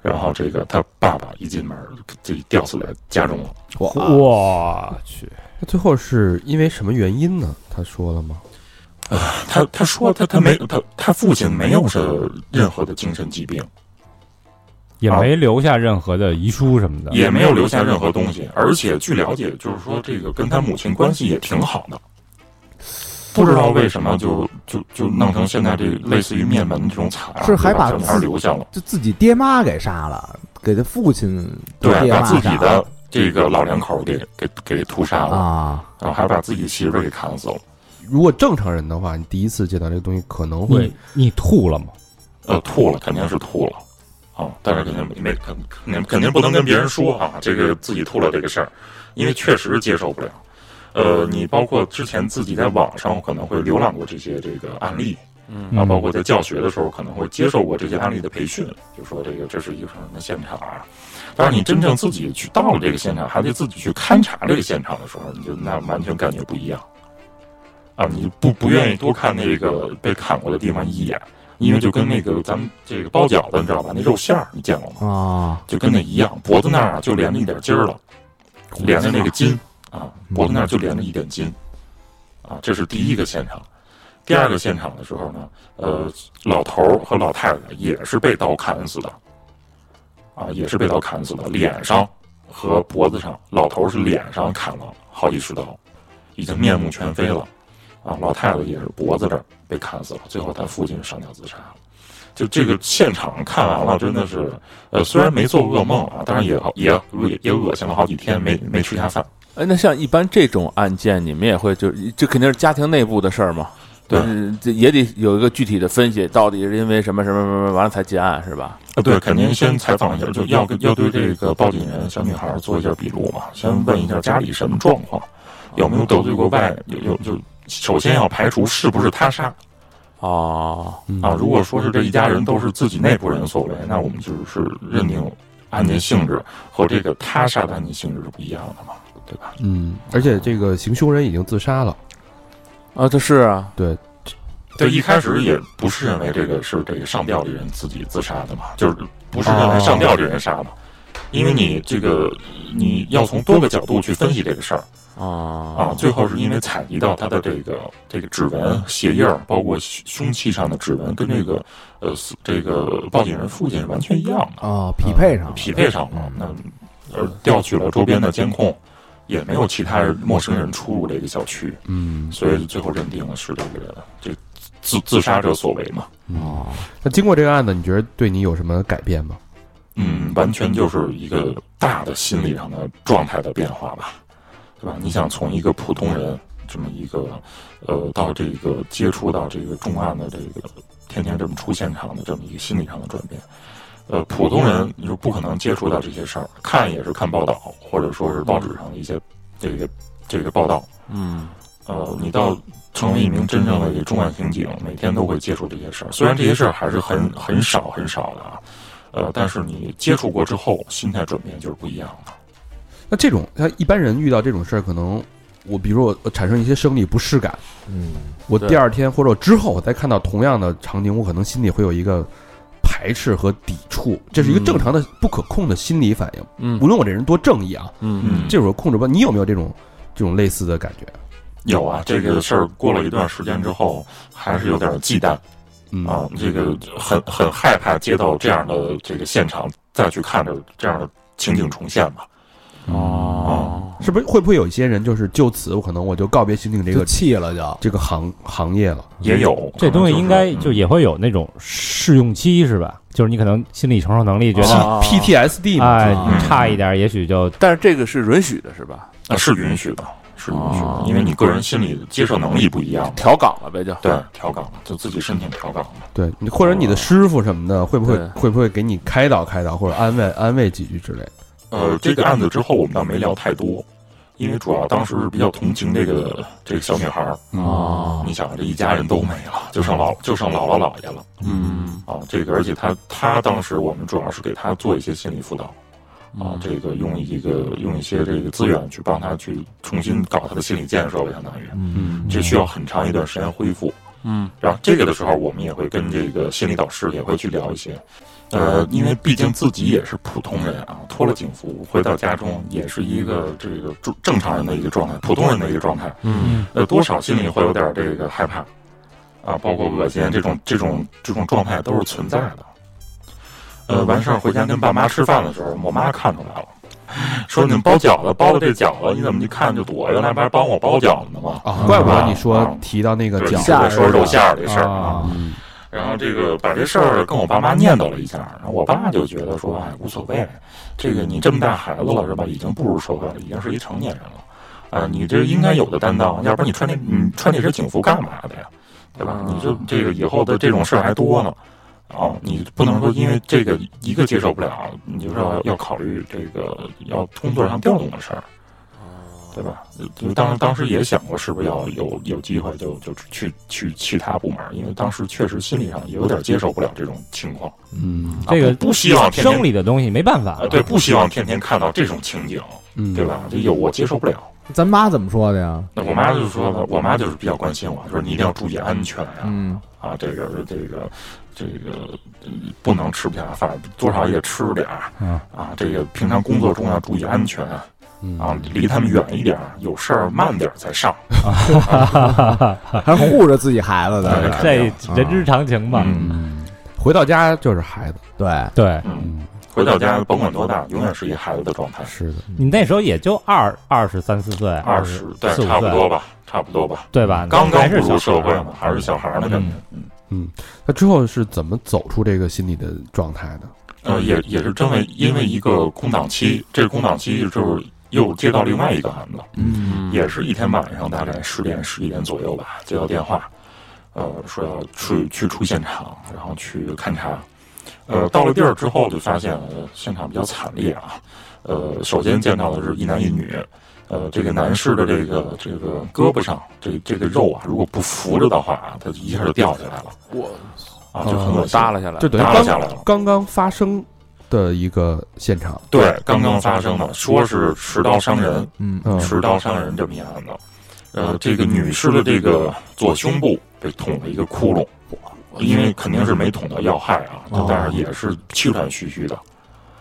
S7: 然后这个他爸爸一进门就吊死在家中了。
S2: 哇，
S4: 我去，
S3: 那最后是因为什么原因呢？他说了吗？
S7: 他他说他他没他他父亲没有是任何的精神疾病，
S4: 也没留下任何的遗书什么的，
S7: 也没有留下任何东西，而且据了解，就是说这个跟他母亲关系也挺好的。不知道为什么就就就弄成现在这类似于灭门这种惨案，
S2: 是还把
S7: 小女孩
S2: 自己
S7: 留下了。
S2: 就自己爹妈给杀了，给他父亲
S7: 对，
S2: 爹
S7: 把
S2: 妈
S7: 自
S2: 杀
S7: 己
S2: 了
S7: 的这个老两口给给给屠杀了，
S2: 啊，
S7: 然后还把自己媳妇儿给砍死了。
S3: 如果正常人的话，你第一次见到这个东西可能会
S4: 你你吐了吗？
S7: 呃，吐了，肯定是吐了啊，但是肯定没没肯肯定肯定不能跟别人说啊，这个自己吐了这个事儿，因为确实接受不了。呃，你包括之前自己在网上可能会浏览过这些这个案例，
S8: 嗯
S7: 啊，包括在教学的时候可能会接受过这些案例的培训，就说这个这是一个什么现场啊。但是你真正自己去到了这个现场，还得自己去勘察这个现场的时候，你就那完全感觉不一样。啊，你不不愿意多看那个被砍过的地方一眼，因为就跟那个咱们这个包饺子，你知道吧？那肉馅儿你见过吗？
S2: 啊，
S7: 就跟那一样，脖子那儿啊就连着一点筋儿了，连着那个筋啊，脖子那儿就连着一点筋啊，这是第一个现场。第二个现场的时候呢，呃，老头儿和老太太也是被刀砍死的，啊，也是被刀砍死的，脸上和脖子上，老头儿是脸上砍了好几十刀，已经面目全非了，啊，老太太也是脖子这儿被砍死了，最后他父亲上吊自杀了。就这个现场看完了，真的是，呃，虽然没做噩梦啊，但是也也也也恶心了好几天，没没吃下饭。
S8: 哎，那像一般这种案件，你们也会就是这肯定是家庭内部的事儿嘛？
S7: 对
S8: 嗯，这也得有一个具体的分析，到底是因为什么什么什么完了才结案是吧？
S7: 啊，对，肯定先采访一下，就要跟要对这个报警人小女孩做一下笔录嘛，先问一下家里什么状况，有没有得罪过外，有有就首先要排除是不是他杀
S8: 哦，
S7: 啊。如果说是这一家人都是自己内部人所为，那我们就是认定案件性质和这个他杀的案件性质是不一样的嘛，对吧？
S1: 嗯，
S3: 而且这个行凶人已经自杀了，
S8: 啊，这是啊，
S7: 对，一开始也不是认为这个是这个上吊的人自己自杀的嘛，就是哦不是认为上吊的人杀的，因为你这个你要从多个角度去分析这个事儿。
S8: 啊
S7: 啊，最后是因为采集到他的这个这个指纹、鞋印儿，包括胸胸器上的指纹，跟这个呃死这个报警人父亲是完全一样的，
S2: 啊，匹配上了
S7: 匹配上了。那呃，调取了周边的监控，也没有其他人陌生人出入这个小区，
S1: 嗯，
S7: 所以最后认定了是这个人这自自杀者所为嘛。
S2: 哦，
S3: 那经过这个案子，你觉得对你有什么改变吗？
S7: 嗯，完全就是一个大的心理上的状态的变化吧，对吧？你想从一个普通人这么一个，呃，到这个接触到这个重案的这个天天这么出现场的这么一个心理上的转变，呃，普通人你就不可能接触到这些事儿，看也是看报道或者说是报纸上的一些这个这个报道，
S8: 嗯
S7: 呃，你到成为一名真正的这重案刑警，每天都会接触这些事儿。虽然这些事儿还是很很少很少的啊，呃，但是你接触过之后，心态转变就是不一样的。
S3: 那这种像一般人遇到这种事儿，可能我比如说我产生一些生理不适感，
S2: 嗯，
S3: 我
S8: 对
S3: 第二天或者我之后我再看到同样的场景，我可能心里会有一个排斥和抵触，这是一个正常的不可控的心理反应。
S8: 嗯
S3: 无论我这人多正义啊，
S8: 嗯
S3: 这会儿控制不了。你有没有这种这种类似的感觉？
S7: 有啊，这个事儿过了一段时间之后，还是有点忌惮
S3: 嗯
S7: 啊，这个很很害怕接到这样的这个现场，再去看着这样的情景重现吧。
S8: 哦，
S3: 是不是会不会有一些人就是就此我可能我就告别刑警这
S2: 就
S3: 个
S2: 气了就，
S3: 这个行行业了？
S7: 也有
S4: 嗯这东西应该
S7: 可能
S4: 就也会有那种试用期是吧？就是你可能心理承受能力觉得
S8: 啊
S3: PTSD 嘛，
S4: 哎
S2: 啊
S4: 差一点，也许就
S8: 但是这个是允许的是吧？
S7: 啊是允许的，是允许的
S8: 哦，
S7: 因为你个人心理接受能力不一样嘛。
S8: 调岗了呗就。
S7: 对，调岗了，就自己申请调岗了。
S3: 对，你或者你的师傅什么的，会不会
S8: 对
S3: 会不会给你开导开导，或者安慰安慰几句之类的？
S7: 呃，这个案子之后我们倒没聊太多，因为主要当时是比较同情这个这个小女孩儿。
S2: 哦，
S7: 你想，这一家人都没了，嗯就剩老就剩姥姥姥爷了
S8: 嗯
S7: 啊。这个，而且她她当时我们主要是给她做一些心理辅导啊，这个用一个用一些这个资源去帮她去重新搞她的心理建设吧，相当于。
S2: 嗯
S7: 这需要很长一段时间恢复。
S8: 嗯，
S7: 然后这个的时候，我们也会跟这个心理导师也会去聊一些，呃，因为毕竟自己也是普通人啊，脱了警服回到家中也是一个这个正正常人的一个状态，普通人的一个状态，
S8: 嗯，
S7: 呃，多少心里会有点这个害怕啊，包括恶心这种这种这种状态都是存在的。呃，完事儿回家跟爸妈吃饭的时候，我妈看出来了， 说你们包饺子包的这饺子，你怎么一看就躲？原来不还帮我包饺子呢吗？
S3: 啊，怪不得你
S7: 啊
S3: 说提到那个
S7: 对
S3: 脚
S7: 你在说肉馅儿这事儿
S3: 啊，
S7: 然后这个把这事儿跟我爸妈念叨了一下，然后我爸就觉得说，哎，无所谓，这个你这么大孩子了是吧？已经步入社会了，已经是一成年人了，啊、你这应该有的担当，要不然你穿那你穿这身警服干嘛的呀？对吧？你就这个以后的这种事儿还多呢，啊，你不能说因为这个一个嗯接受不了，你就是要要考虑这个要工作上调动的事儿。对吧？就当当时也想过是不是要有有机会就就去去去他部门，因为当时确实心理上也有点接受不了这种情况。
S1: 嗯
S4: 这个
S7: 不不希望天天
S4: 生理的东西没办法
S7: 啊，，对，不希望天天看到这种情景，
S1: 嗯
S7: 对？吧？这有我接受不了。
S2: 咱妈怎么说的呀？
S7: 那我妈就说了，我妈就是比较关心我，说你一定要注意安全啊，
S2: 嗯
S7: 啊，这个这个这个嗯不能吃不下饭，多少也吃点儿
S1: 嗯
S7: 啊，这个平常工作中要注意安全啊，
S1: 嗯，
S7: 啊，离他们远一点儿，有事儿慢点儿再上。
S2: 还是护着自己孩子
S7: 哎
S2: 的，
S4: 这人之常情嘛。
S7: 嗯
S3: 回到家就是孩子，
S2: 对，
S4: 对
S7: 嗯，回到家甭管多大，永远是一孩子的状态。
S1: 是的，
S4: 你那时候也就二二十三四岁，
S7: 二十对，
S4: 呃四五
S7: 差不多
S4: 岁，
S7: 吧，差不多吧，
S4: 对吧？
S7: 刚刚
S4: 还
S7: 步
S4: 是
S7: 入
S4: 小
S7: 社会
S4: 孩儿
S7: 嘛，还是小孩儿呢，感觉。嗯
S3: 那之后是怎么走出这个心理的状态的？
S7: 呃，也也是真为因为一个空档期，这个空档期就是又接到另外一个案子，
S3: 嗯
S7: 也是一天晚上大概十点十一点左右吧，接到电话，呃，说要去去出现场，然后去勘察。呃，到了地儿之后就发现、呃现场比较惨烈啊。呃，首先见到的是一男一女，呃，这个男士的这个这个胳膊上这这个肉啊，如果不扶着的话，啊它一下就掉下来了。我啊，就很恶心。
S8: 耷拉下来
S3: 就，等于
S7: 耷拉下来了
S3: 刚刚刚发生的一个现场，
S7: 对，刚刚发生的，说是持刀伤人，
S2: 嗯
S3: 嗯
S7: 持刀伤人这么一案子。呃，这个女士的这个左胸部被捅了一个窟窿，因为肯定是没捅到要害啊，
S2: 哦
S7: 但是也是气喘吁吁的，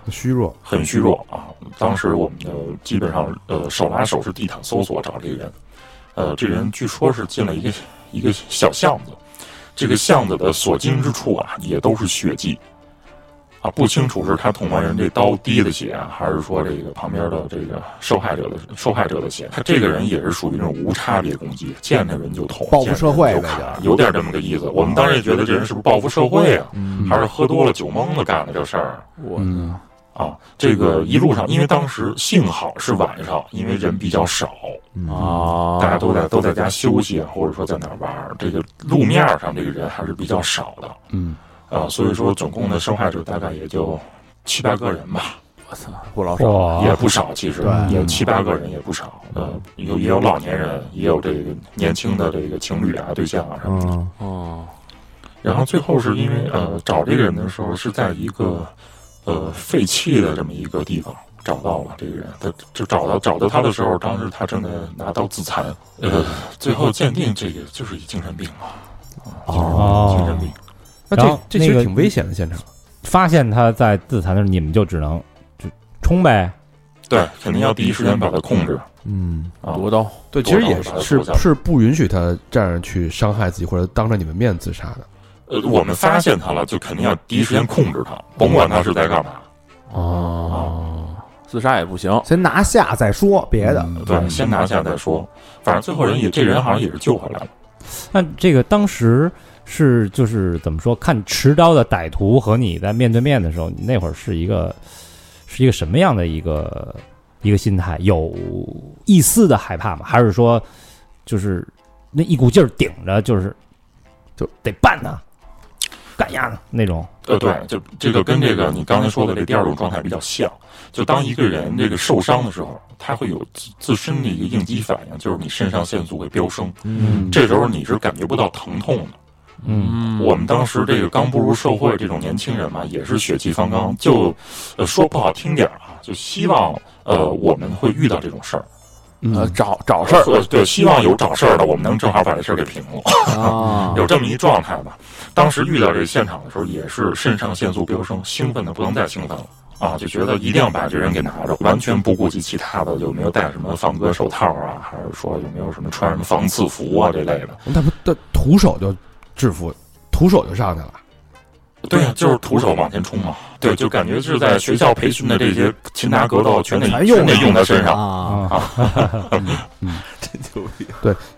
S3: 虚弱，
S7: 很虚弱啊。当时我们就基本上呃手拉手是地毯搜索找这个人，呃，这人据说是进了一个一个小巷子，这个巷子的所经之处啊也都是血迹。啊，不清楚是他捅完人这刀滴的血啊，还是说这个旁边的这个受害者的受害者的血。他这个人也是属于那种无差别攻击，见着人就捅，
S2: 报复社会
S7: 见着人
S2: 呗
S7: 就砍，有点这么个意思。我们当时也觉得这人是不是报复社会啊，还是喝多了酒蒙子干的这事儿？
S1: 嗯
S7: 啊，这个一路上，因为当时幸好是晚上，因为人比较少，
S8: 啊，
S7: 大家都在都在家休息，啊或者说在哪儿玩儿，这个路面上这个人还是比较少的
S1: 嗯，
S7: 啊，所以说总共的受害者大概也就七八个人吧，
S8: 不老少，
S4: 哇
S7: 也，不少，其实
S2: 对
S7: 也七八个人也不少，呃，有也有老年人，也有这个年轻的这个情侣啊、对象啊什么的。
S2: 嗯
S8: 哦，
S7: 然后最后是因为呃找这个人的时候是在一个呃废弃的这么一个地方找到了这个人，他就找到找到他的时候，当时他正在拿刀自残，呃，最后鉴定这个就是一精神病嘛，啊，精神
S4: 哦
S7: 病，，
S3: 那
S4: 然后
S3: 这这其
S4: 那
S3: 实
S4: 个
S3: 挺危险的现场，
S4: 发现他在自残的时候，你们就只能就冲呗。
S7: 对，肯定要第一时间把他控制
S2: 嗯，
S7: 啊，
S8: 夺哦刀，
S3: 对，其
S7: 多
S3: 实
S7: 少
S3: 也
S7: 把他
S3: 是
S7: 夺下来
S3: 是不允许他这样去伤害自己或者当着你们面自杀的。
S7: 呃，我们发现他了，就肯定要第一时间控制他，甭管他是在干嘛，
S8: 哦，自杀也不行，
S2: 先拿下再说别的，
S7: 对，先拿下再说，反正最后人也这人好像也是救回来了。
S4: 那这个当时是就是怎么说？看持刀的歹徒和你在面对面的时候，你那会儿是一个是一个什么样的一个一个心态？有一丝的害怕吗？还是说就是那一股劲儿顶着，就是就得办他，干丫的那种？
S7: 呃，对，就这个跟这个你刚才说的这第二种状态比较像，就当一个人这个受伤的时候，他会有自自身的一个应激反应，就是你肾上腺素会飙升，
S2: 嗯
S7: 这时候你是感觉不到疼痛的。
S4: 嗯，
S7: 我们当时这个刚步入社会这种年轻人嘛，也是血气方刚，就、呃、说不好听点儿啊，就希望呃我们会遇到这种事儿，
S8: 呃，
S1: 嗯
S8: 找找事儿
S7: 呃对，希望有找事儿的，我们能正好把这事儿给平了。
S8: 啊
S7: 有这么一状态吧。当时遇到这现场的时候，也是肾上腺素飙升，兴奋的不能再兴奋了啊，就觉得一定要把这人给拿着，完全不顾及其他的，有没有戴什么防割手套啊，还是说有没有什么穿什么防刺服啊这类的。
S3: 他不，他徒手就制服，徒手就上去了。
S7: 对呀、就是徒手往前冲嘛。对，就感觉是在学校培训的这些擒拿格斗全得
S2: 全
S7: 全
S2: 用
S7: 得用在身上。嗯
S2: 啊，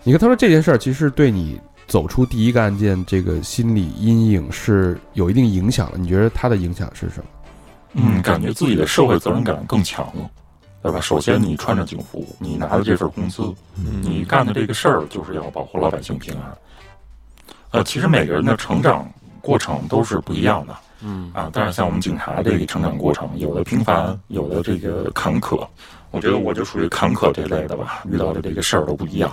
S3: 你看，他说这件事儿其实对你走出第一个案件这个心理阴影是有一定影响的。你觉得他的影响是什么？
S7: 嗯，感觉自己的社会责任感更强了。对吧？首先，你穿着警服，你拿的这份工资，
S8: 嗯
S7: 你干的这个事儿就是要保护老百姓平安。呃，其实每个人的成长过程都是不一样的。嗯啊，但是像我们警察这个成长过程，有的平凡，有的这个坎坷。我觉得我就属于坎坷这类的吧，遇到的这个事儿都不一样。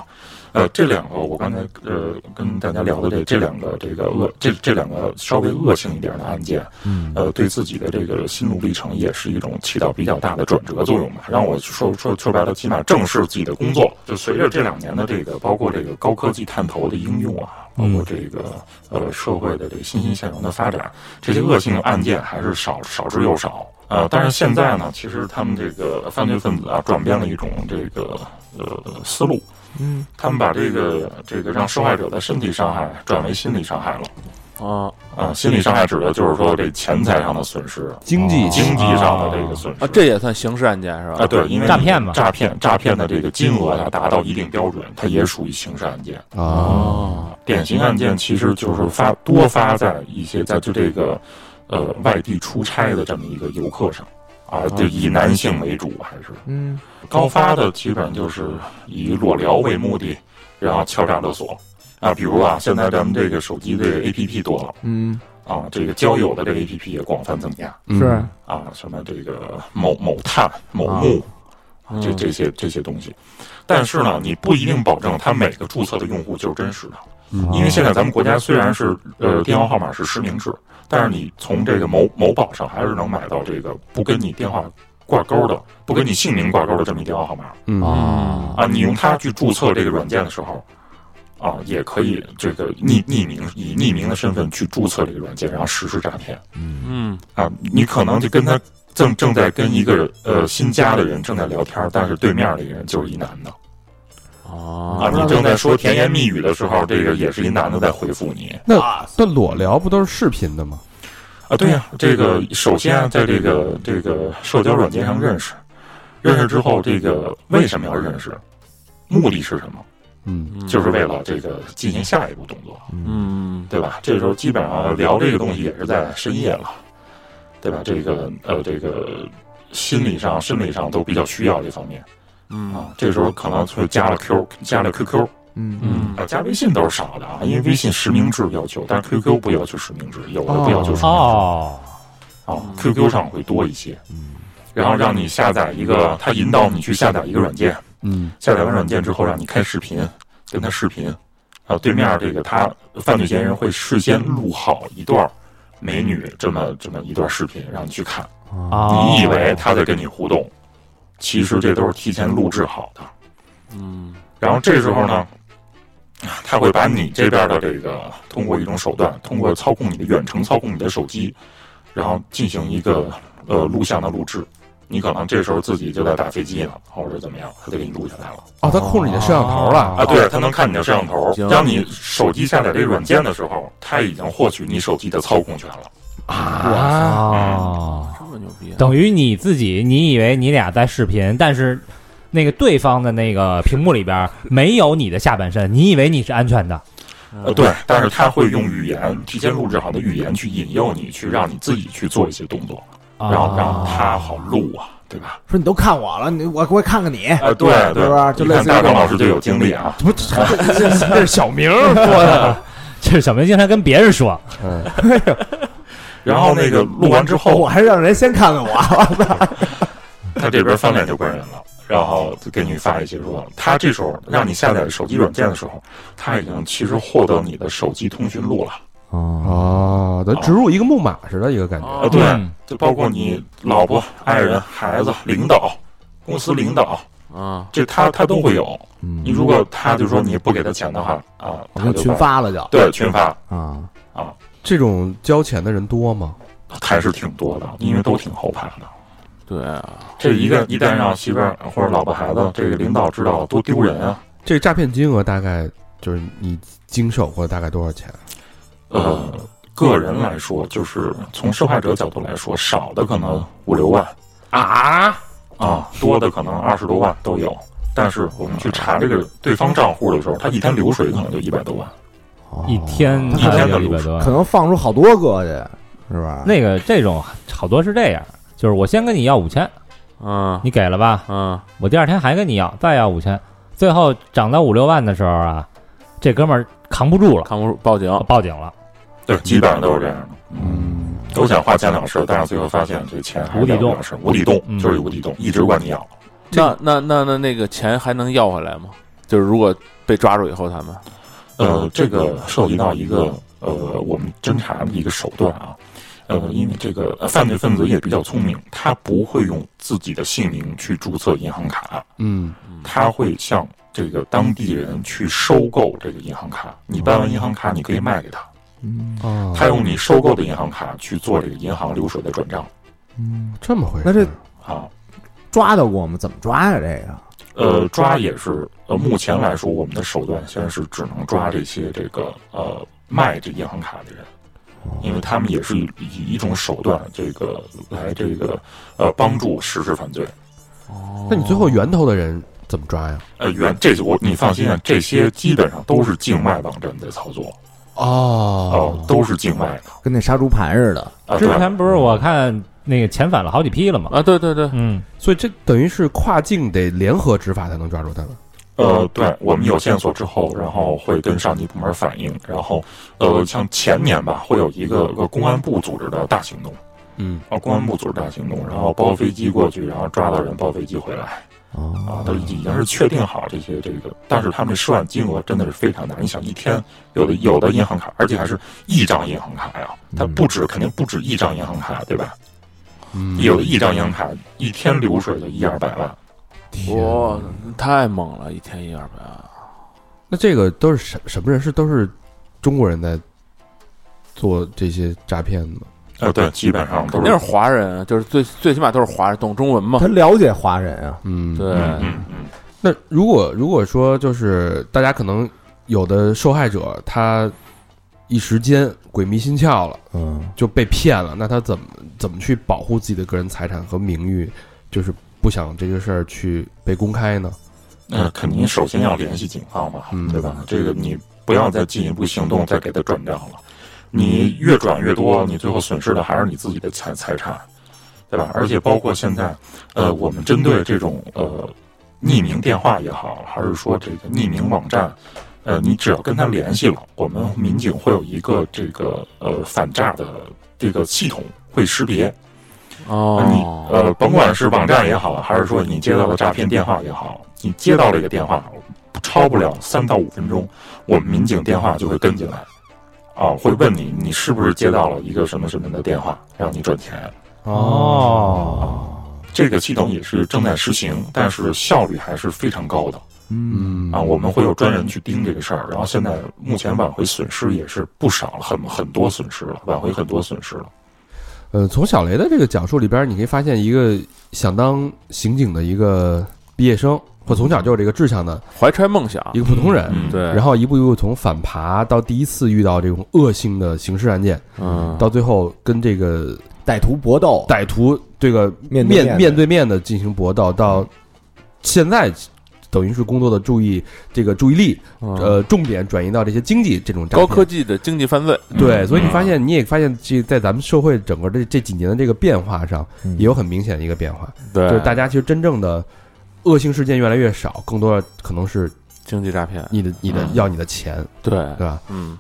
S7: 呃，这两个我刚才呃跟大家聊的这这两个这个恶这这两个稍微恶性一点的案件，嗯，呃，对自己的这个心路历程也是一种起到比较大的转折作用吧。让我说说说白了，起码正视自己的工作。就随着这两年的这个，包括这个高科技探头的应用啊，包括这个呃社会的这个新兴现容的发展，这些恶性案件还是少少之又少。呃，但是现在呢，其实他们这个犯罪分子啊，转变了一种这个呃思路，嗯，他们把这个这个让受害者的身体伤害转为心理伤害了。
S8: 啊
S7: 啊，心理伤害指的就是说这钱财上的损失，
S4: 哦
S3: 经济
S7: 经济上的这个损失
S8: 啊，这也算刑事案件是吧？
S7: 啊，对，因为
S4: 诈骗嘛
S7: 诈骗诈骗的这个金额要达到一定标准，它也属于刑事案件。
S8: 啊，
S7: 典型案件其实就是发多发在一些在就这个呃外地出差的这么一个游客上啊，就以男性为主还是
S2: 嗯
S7: 高发的，基本就是以裸聊为目的，然后敲诈勒索啊，比如啊，现在咱们这个手机这个 APP 多了
S2: 嗯，
S7: 啊，这个交友的这个 APP 也广泛增加
S3: 嗯
S2: 是
S7: 啊，什么这个啊嗯某某探、某木。这这些这些东西，但是呢，你不一定保证他每个注册的用户就是真实的，因为现在咱们国家虽然是呃电话号码是实名制，但是你从这个某某宝上还是能买到这个不跟你电话挂钩的、不跟你姓名挂钩的这么一电话号码
S3: 嗯
S8: 哦
S2: 啊，
S7: 啊。你用它去注册这个软件的时候，啊，也可以这个匿匿名以匿名的身份去注册这个软件，然后实施诈骗
S8: 嗯
S7: 啊。你可能就跟他正正在跟一个呃新加的人正在聊天，但是对面的人就是一男的。啊，
S8: 啊
S7: 你正在说甜言蜜语的时候，这个也是一男的在回复你。
S3: 那那裸聊不都是视频的吗？
S7: 啊，对呀、这个首先啊，在这个这个社交软件上认识，认识之后，这个为什么要认识？目的是什么？
S1: 嗯，
S7: 就是为了这个进行下一步动作，
S8: 嗯
S7: 对吧？这时候基本上聊这个东西也是在深夜了，对吧？这个呃，这个心理上、生理上都比较需要这方面
S8: 嗯
S7: 啊。这时候可能就加了 Q，加了 QQ，
S2: 嗯
S8: 嗯
S7: 啊，加微信都是少的啊，因为微信实名制要求，但是 QQ 不要求实名制，有的不要求实名制、
S4: 哦，
S7: 啊，QQ 上会多一些。然后让你下载一个，他引导你去下载一个软件，
S1: 嗯，
S7: 下载完软件之后让你开视频，跟他视频。啊，对面这个他犯罪嫌疑人会事先录好一段美女这么这么一段视频让你去看，
S4: 哦
S7: 你以为他在跟你互动，其实这都是提前录制好的。
S8: 嗯
S7: 然后这时候呢，他会把你这边的这个通过一种手段，通过操控你的远程操控你的手机，然后进行一个呃录像的录制。你可能这时候自己就在打飞机呢，或者怎么样，他就给你录下来了
S3: 哦，他控制你的摄像头了。
S7: 啊。对，他能看你的摄像头
S8: 行。
S7: 当你手机下载这个软件的时候，他已经获取你手机的操控权了。
S3: 啊，
S4: 哦，
S8: 这么牛逼啊，
S4: 等于你自己，你以为你俩在视频，但是那个对方的那个屏幕里边没有你的下半身，你以为你是安全的。
S7: 呃，对，但是他会用语言提前录制好的语言去引诱你，去让你自己去做一些动作，
S4: 啊
S7: 然后让他好录啊，对吧？
S2: 说你都看我了，你我我看看你，
S7: 哎，对对，
S2: 是呃吧就
S7: 你
S2: 类似
S7: 看
S2: 于这
S7: 大
S2: 种
S7: 壮老师就有经历啊，
S2: 不，这
S1: 这是小明说的，
S4: 这是小明经常跟别人
S5: 哦
S4: 说，
S7: 然后那个录完之
S2: 哦我
S7: 后，
S2: 还是让人先看看我，
S7: 他这边翻脸就不认人了，然后就给你发一些说，他这时候让你下载手机软件的时候，他已经其实获得你的手机通讯录了。
S3: 哦，他植入一个木马似的，一个感觉。
S7: 啊，对，
S2: 嗯
S7: 就包括你老婆、爱人、孩子、领导、公司领导，
S8: 啊
S7: 这他他都会有。
S2: 嗯
S7: 你如果他就说你不给他钱的话，啊，
S2: 我
S7: 他
S2: 们
S7: 就
S2: 哦群
S7: 把，
S2: 发了就
S7: 对群发
S2: 啊，
S3: 这种交钱的人多吗？
S7: 还是挺多的，因为都挺后怕的。
S8: 对啊，
S7: 这一个一旦让媳妇儿或者老婆孩子这个领导知道了，多丢人啊！
S3: 这诈骗金额大概就是你经手过大概多少钱？啊
S7: 呃，个人来说，就是从受害者角度来说，少的可能五六万啊啊，多的可能二十多万都有。但是我们去查这个对方账户的时候，他一天流水可能就一百多万。
S4: 一天
S7: 一天的
S4: 一
S7: 流
S4: 百
S7: 程
S4: 多
S2: 哦可。能放出好多个去，是吧？
S4: 那个这种好多是这样，就是我先跟你要五千，
S8: 嗯
S4: 你给了吧，
S8: 嗯
S4: 我第二天还跟你要，再要五千，最后涨到五六万的时候啊，这哥们儿扛不住了，
S8: 看不住报警
S4: 报警了。
S7: 对，基本上都是这样的。
S1: 嗯，
S7: 都想花钱了事，但是最后发现这钱还是
S4: 无底
S7: 了不
S4: 洞
S7: 了事，无底洞
S4: 嗯
S7: 就是无底洞，一直管你要。
S8: 那那那那那个钱还能要回来吗？就是如果被抓住以后，他们
S7: 呃，这个涉及到一个呃，我们侦查的一个手段啊。呃，因为这个呃犯罪分子也比较聪明，他不会用自己的姓名去注册银行卡，
S1: 嗯，
S7: 他会向这个当地人去收购这个银行卡。你办完银行卡，你可以卖给他，
S1: 哦，
S7: 他用你收购的银行卡去做这个银行流水的转账
S1: 这么回事
S2: 那
S1: 儿？
S2: 这
S7: 啊。
S2: 抓到过吗？怎么抓呀？这个
S7: 呃，抓也是呃，目前来说，我们的手段现在是只能抓这些这个呃卖这银行卡的人，因为他们也是以以一种手段这个来这个呃帮助实施犯罪。
S3: 那你最后源头的人怎么抓呀？
S7: 呃，原这我你放心啊，这些基本上都是境外网站在操作，哦、
S3: 哦，
S7: 都是境外的
S2: 跟那杀猪盘似的，
S7: 啊。
S4: 之
S7: 对，
S4: 前不是我看那个遣返了好几批了吗？
S8: 啊，对对对，
S4: 嗯，
S3: 所以这等于是跨境得联合执法才能抓住他们。
S7: 呃，对我们有线索之后，然后会跟上级部门反映，然后呃，像前年吧，会有一个呃公安部组织的大行动。
S3: 嗯，
S7: 啊，公安部组织大行动，然后包飞机过去，然后抓到人，包飞机回来
S2: 哦
S7: 啊，都已经是确定好这些这个，但是他们涉案金额真的是非常大。你想，一天有的有的银行卡，而且还是一张银行卡呀，它不止肯定不止一张银行卡，对吧？
S1: 嗯
S7: 有的一张银行卡一天流水就一二百万，
S3: 嗯
S8: 哇，太猛了，一天一二百啊！
S3: 那这个都是什什么人？是都是中国人在做这些诈骗的吗？
S7: 啊，对，基本上都
S8: 肯
S7: 是
S8: 定是华人，啊就是最最起码都是华人，懂中文嘛
S2: 他？了解华人啊，
S3: 嗯
S8: 对，
S7: 嗯嗯，
S3: 那如果如果说就是大家可能有的受害者他一时间鬼迷心窍了，
S2: 嗯，
S3: 就被骗了，那他怎么怎么去保护自己的个人财产和名誉？就是不想这个事儿去被公开呢？
S7: 那肯定嗯首先要联系警方嘛，
S3: 嗯
S7: 对吧？这个你不要再进一步行动，再给他转账了。你越转越多，你最后损失的还是你自己的财财产，对吧？而且包括现在，呃，我们针对这种呃匿名电话也好，还是说这个匿名网站，呃，你只要跟他联系了，我们民警会有一个这个呃反诈的这个系统会识别，
S3: 啊
S7: 你
S8: 哦，
S7: 呃，甭管是网站也好，还是说你接到的诈骗电话也好，你接到这个电话，超不了三到五分钟，我们民警电话就会跟进来，啊，会问你你是不是接到了一个什么什么的电话，让你转钱。
S4: 哦，
S7: 这个系统也是正在实行，但是效率还是非常高的
S1: 嗯
S7: 啊。我们会有专人去盯这个事儿，然后现在目前挽回损失也是不少了，很很多损失了，挽回很多损失了。
S3: 呃，从小雷的这个讲述里边，你可以发现一个想当刑警的一个毕业生，或从小就有这个志向的
S8: 怀揣梦想，
S3: 一个普通人，
S7: 嗯
S8: 对，
S3: 然后一步一步从反扒到第一次遇到这种恶性的刑事案件，
S8: 嗯，
S3: 到最后跟这个
S2: 歹徒搏斗，
S3: 歹徒这个
S2: 面对面
S3: 面
S2: 的
S3: 对面的进行搏斗，到现在等于是工作的注意这个注意力，
S2: 嗯
S3: 呃，重点转移到这些经济这种诈
S8: 嗯高
S3: 骗
S8: 科技的经济犯罪，
S2: 嗯
S3: 对，所以你发现你也发现这在咱们社会整个这这几年的这个变化上，
S2: 嗯
S3: 也有很明显的一个变化，
S8: 对
S3: 就是大家其实真正的恶性事件越来越少，更多的可能是
S8: 经济诈骗，
S3: 你的你的
S7: 嗯
S3: 要你的钱，
S8: 对，
S3: 对吧？
S8: 嗯，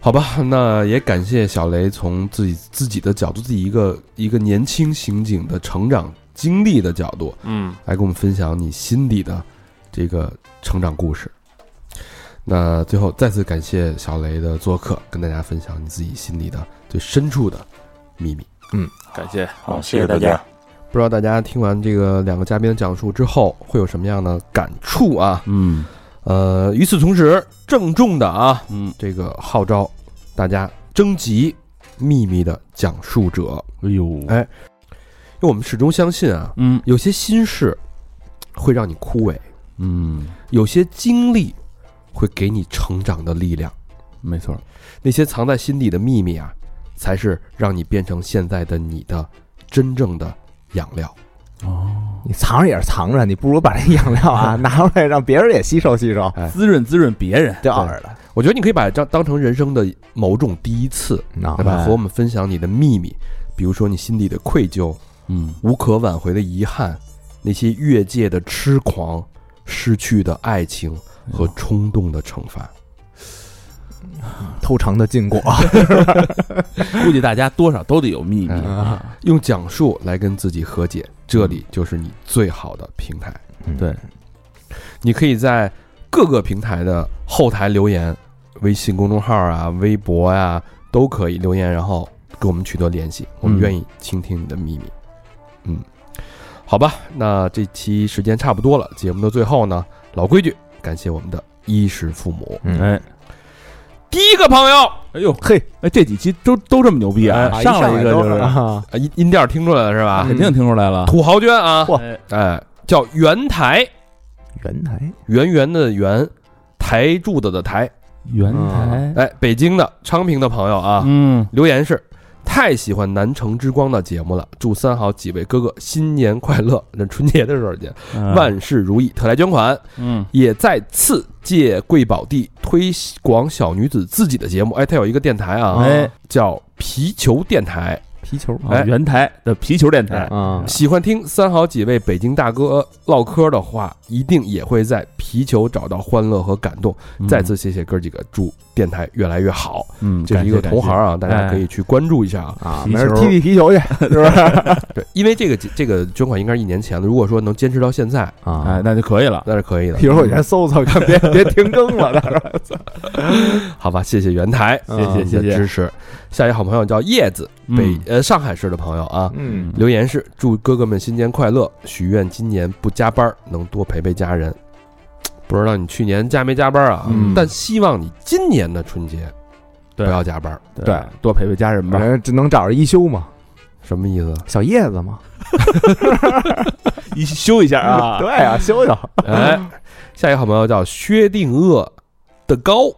S3: 好吧，那也感谢小雷从自己自己的角度，自己一个一个年轻刑警的成长经历的角度，
S8: 嗯，
S3: 来给我们分享你心底的这个成长故事。那最后再次感谢小雷的做客，跟大家分享你自己心里的最深处的秘密。
S8: 感谢，
S7: 好，谢谢大家。
S3: 不知道大家听完这个两个嘉宾的讲述之后，会有什么样的感触啊？
S1: 嗯
S3: 呃，与此同时，郑重的啊，
S1: 嗯，
S3: 这个号召大家征集秘密的讲述者，
S1: 哎呦，
S3: 哎因为我们始终相信啊，
S1: 嗯
S3: 有些心事会让你枯萎，
S1: 嗯，
S3: 有些经历会给你成长的力量，
S1: 没错儿，
S3: 那些藏在心底的秘密啊，才是让你变成现在的你的真正的养料。
S2: 你藏着也是藏着，你不如把这养料 啊拿出来，让别人也吸收吸
S5: 哎
S2: 收，
S1: 滋润滋润别人，
S2: 这样的，
S3: 我觉得你可以把它当当成人生的某种第一次，
S2: 那
S3: 对吧？和我们分享你的秘密，比如说你心底的愧疚、
S1: 嗯
S3: 无可挽回的遗憾，那些越界的痴狂、失去的爱情和冲动的惩罚。
S2: 偷尝的禁果，
S5: 估计大家多少都得有秘密。
S3: 嗯用讲述来跟自己和解，这里就是你最好的平台。
S5: 对，
S3: 你可以在各个平台的后台留言，微信公众号啊、微博呀、都可以留言，然后跟我们取得联系，我们愿意倾听你的秘密。嗯，好吧，那这期时间差不多了，节目的最后呢，老规矩，感谢我们的衣食父母。
S2: 嗯，
S5: 哎
S3: 第一个朋友，
S5: 哎呦
S2: 嘿，
S5: 哎，这几期都都这么牛逼啊！嗯
S2: 哎
S5: 上来一个
S2: 都
S5: 就是，啊
S2: 啊
S3: 啊音音调听出来了是吧？
S4: 嗯
S5: 肯定听出来了。
S3: 土豪捐啊，
S2: 嚯
S3: 哎，叫圆台，
S2: 原来
S3: 圆圆的圆，台柱子的台，
S5: 原
S2: 台
S3: 哎，北京的昌平的朋友啊，
S5: 嗯，
S3: 留言是太喜欢《南城之光》的节目了，祝三好几位哥哥新年快乐，那春节的时候见，万事如意，特来捐款，
S5: 嗯，
S3: 也再次借贵宝地推广小女子自己的节目，哎，他有一个电台啊，
S5: 哎，
S3: 叫皮球电台，
S2: 皮球
S5: 啊
S3: 哎
S5: 原台的皮球电台，
S2: 啊，
S3: 喜欢听三好几位北京大哥唠嗑的话，一定也会在皮球找到欢乐和感动。再次谢谢哥几个，祝电台越来越好。
S5: 嗯，
S3: 这是一个同行啊，大
S5: 谢
S3: 家可以去关注一下啊。
S2: 啊，
S5: 皮
S2: 没事
S5: 球
S2: 踢踢 皮球去，是不
S5: 哎
S2: 是？
S3: 对，因为这个这个捐款应该是一年前的，如果说能坚持到现在，
S2: 啊
S5: 哎，，那就可以了。
S3: 那是可以的
S2: 一。会儿我先搜 搜看，别别停更了，到时候
S3: 嗯好吧，谢谢袁台，
S2: 谢谢
S3: 嗯你的
S5: 谢谢
S3: 支持。下一个好朋友叫叶子，北
S5: 嗯
S3: 呃上海市的朋友啊，
S2: 嗯
S3: 留言是祝哥哥们新年快乐，许愿今年不加班，能多陪陪家人。不知道你去年加没加班啊？
S5: 嗯
S3: 但希望你今年的春节不
S5: 对
S3: 要加班，
S5: 对，哎多陪陪家人吧
S2: 反。正只能找着一休嘛，
S3: 什 么意思？
S2: 小叶子嘛，
S5: 一修一下啊，
S2: 对啊，休休。
S3: 哎，下一个好朋友叫薛定谔的高，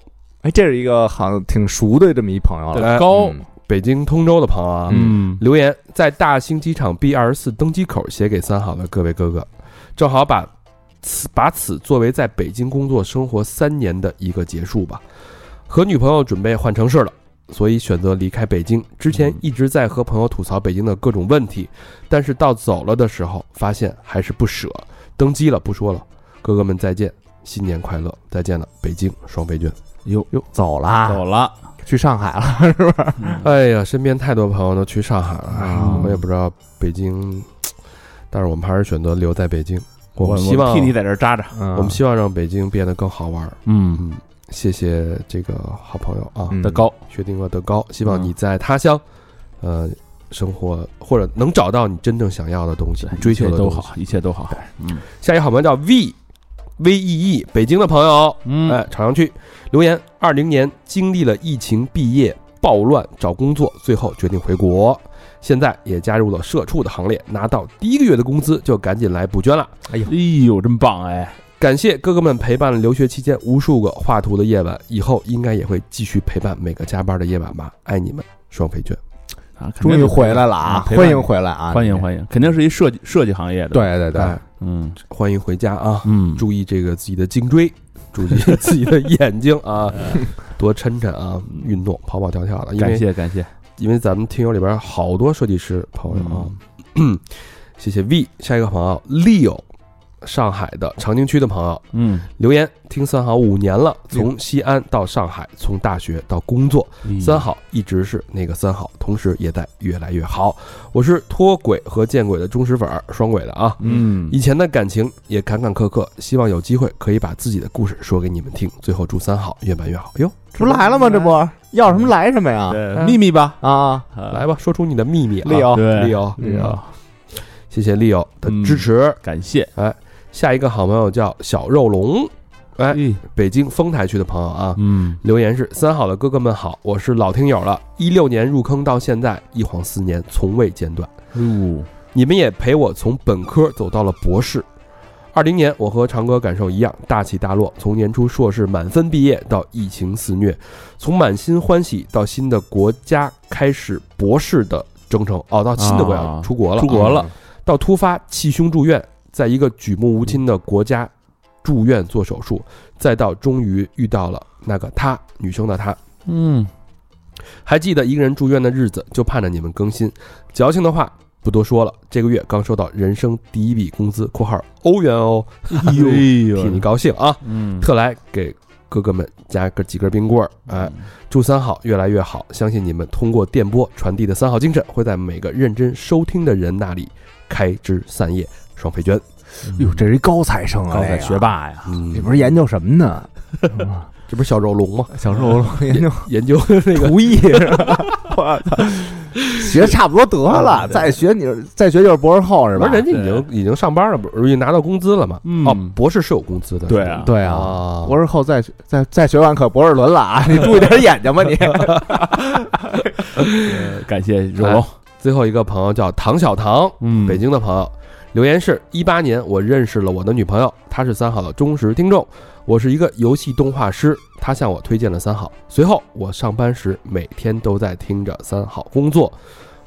S2: 哎，这是一个好像挺熟的这么一朋友了，
S3: 哎
S5: 高
S2: 嗯
S3: 北京通州的朋友啊，
S5: 嗯，
S3: 留言在大兴机场 B 二十四登机口写给三好的各位哥哥，正好把此把此作为在北京工作生活三年的一个结束吧。和女朋友准备换城市了，所以选择离开北京。之前一直在和朋友吐槽北京的各种问题，但是到走了的时候，发现还是不舍。登机了，不说了，哥哥们再见，新年快乐，再见了，北京双飞军。
S2: 哟哟，走
S4: 啊
S2: 啦，
S5: 走了，
S2: 去上海了，
S3: 哎呀，身边太多朋友都去上海了，哎
S2: 啊
S5: 嗯
S3: 我也不知道北京，但是我们还是选择留在北京。我
S5: 我
S3: 们希望
S5: 替你在这啊儿扎着。
S2: 嗯
S3: 我们希望让北京变得更好玩儿。
S5: 嗯，
S3: 谢谢这个好朋友啊，
S2: 嗯
S5: 的高，
S3: 薛定谔德高，希望
S5: 嗯
S3: 你在他乡，呃，生活或者能找到你真正想要的东
S2: 嗯
S3: 西，你追求
S5: 一
S3: 的
S5: 切都
S3: 东西。
S5: 好，一切都好。
S3: 下一个好朋友叫 V V E E，北京的朋友，
S5: 嗯
S3: 哎，朝阳区留言：二零年经历了疫情、毕业、暴乱、找工作，最后决定回国。现在也加入了社畜的行列，拿到第一个月的工资就赶紧来补捐了。
S5: 哎呦，真棒哎！
S3: 感谢哥哥们陪伴了留学期间无数个画图的夜晚，以后应该也会继续陪伴每个加班的夜晚吧。爱你们，双飞卷。
S5: 啊，肯定
S2: 终于
S5: 是
S2: 回来了啊，
S5: 陪伴
S2: 欢迎回来啊，
S5: 欢迎欢迎，肯定是一设计设计行业的。
S2: 对，对对
S3: 哎
S2: 对，，
S5: 嗯
S3: 欢迎回家啊！
S5: 嗯，
S3: 注意这个自己的颈椎， 注意自己的眼睛 啊，多抻抻啊，运动，跑跑跳跳的。因
S5: 哎感
S3: 为
S5: 谢感谢，
S3: 因为咱们听友里边好多设计师朋友啊，
S5: 嗯
S3: 谢谢 V。下一个朋友 Leo，上海的长宁区的朋友
S5: 嗯，
S3: 留言，听三好五年了，从西安到上海，从大学到工作，
S5: 嗯哎
S3: 三好一直是那个三好，同时也在越来越好。我是脱轨和见轨的忠实粉儿，双轨的啊。
S5: 嗯，
S3: 以前的感情也坎坎坷坷，希望有机会可以把自己的故事说给你们听。最后祝三好越办越好哟！
S2: 这不来了吗？这不要什么来什么呀？嗯
S5: 对秘密吧，
S2: 啊，
S3: 来
S5: 来
S3: 吧，说出你的秘密、啊。
S2: 利友，
S5: 对，
S3: ，Leo，嗯
S2: 利友，
S3: 谢谢 Leo 的支持。
S5: 嗯
S3: 哎
S5: 感谢。
S3: 下一个好朋友叫小肉龙，哎，
S5: 哎，
S3: 北京丰台区的朋友啊，
S5: 嗯，
S3: 留言是：三好的哥哥们好，我是老听友了，一六年入坑到现在，一晃四年，从未间断。
S5: 哟，
S3: 你们也陪我从本科走到了博士。二零年，我和长哥感受一样，大起大落。从年初硕士满分毕业到疫情肆虐，从满心欢喜到新的国家开始博士的征程，哦，到新的国家
S5: 啊
S3: 出国了，
S5: 出国了，
S3: 到突发气胸住院，在一个举目无亲的国家住院做手术，再到终于遇到了那个她，女生的她。
S5: 嗯，
S3: 还记得一个人住院的日子，就盼着你们更新。矫情的话不多说了，这个月刚收到人生第 一笔工资（括号欧元哦
S5: 哎），
S3: 替
S5: 呦
S3: 你，高兴啊！
S5: 嗯，
S3: 特来给哥哥们加个几根冰棍儿，哎，祝三好越来越好！相信你们通过电波传递的三好精神，会在每个认真收听的人那里开枝散叶。双飞娟，
S2: 哟，这是一高材生啊，
S4: 高材
S2: 这个
S4: 学霸呀，
S3: 嗯
S2: 你不是研究什么呢？
S3: 这不是小肉龙吗？
S2: 小时候研究
S3: 研 究那个
S2: 厨艺，我操，学差不多得了，再学你再学就是博士后是
S3: 不
S2: 吧
S3: 是？人家已经已经上班了，不是拿到工资了吗？
S5: 嗯
S3: 哦，博士是有工资的，
S5: 对啊
S2: 对啊，
S3: 啊，
S2: 博士后再学再再学完可博士伦了啊！你注意点眼睛吧你。
S8: 感谢
S3: 肉龙。最后一个朋友叫唐小唐，
S5: 嗯
S3: 北京的朋友，留言是一八年，我认识了我的女朋友，她是三好的忠实听众，我是一个游戏动画师，她向我推荐了三好，随后我上班时每天都在听着三好工作，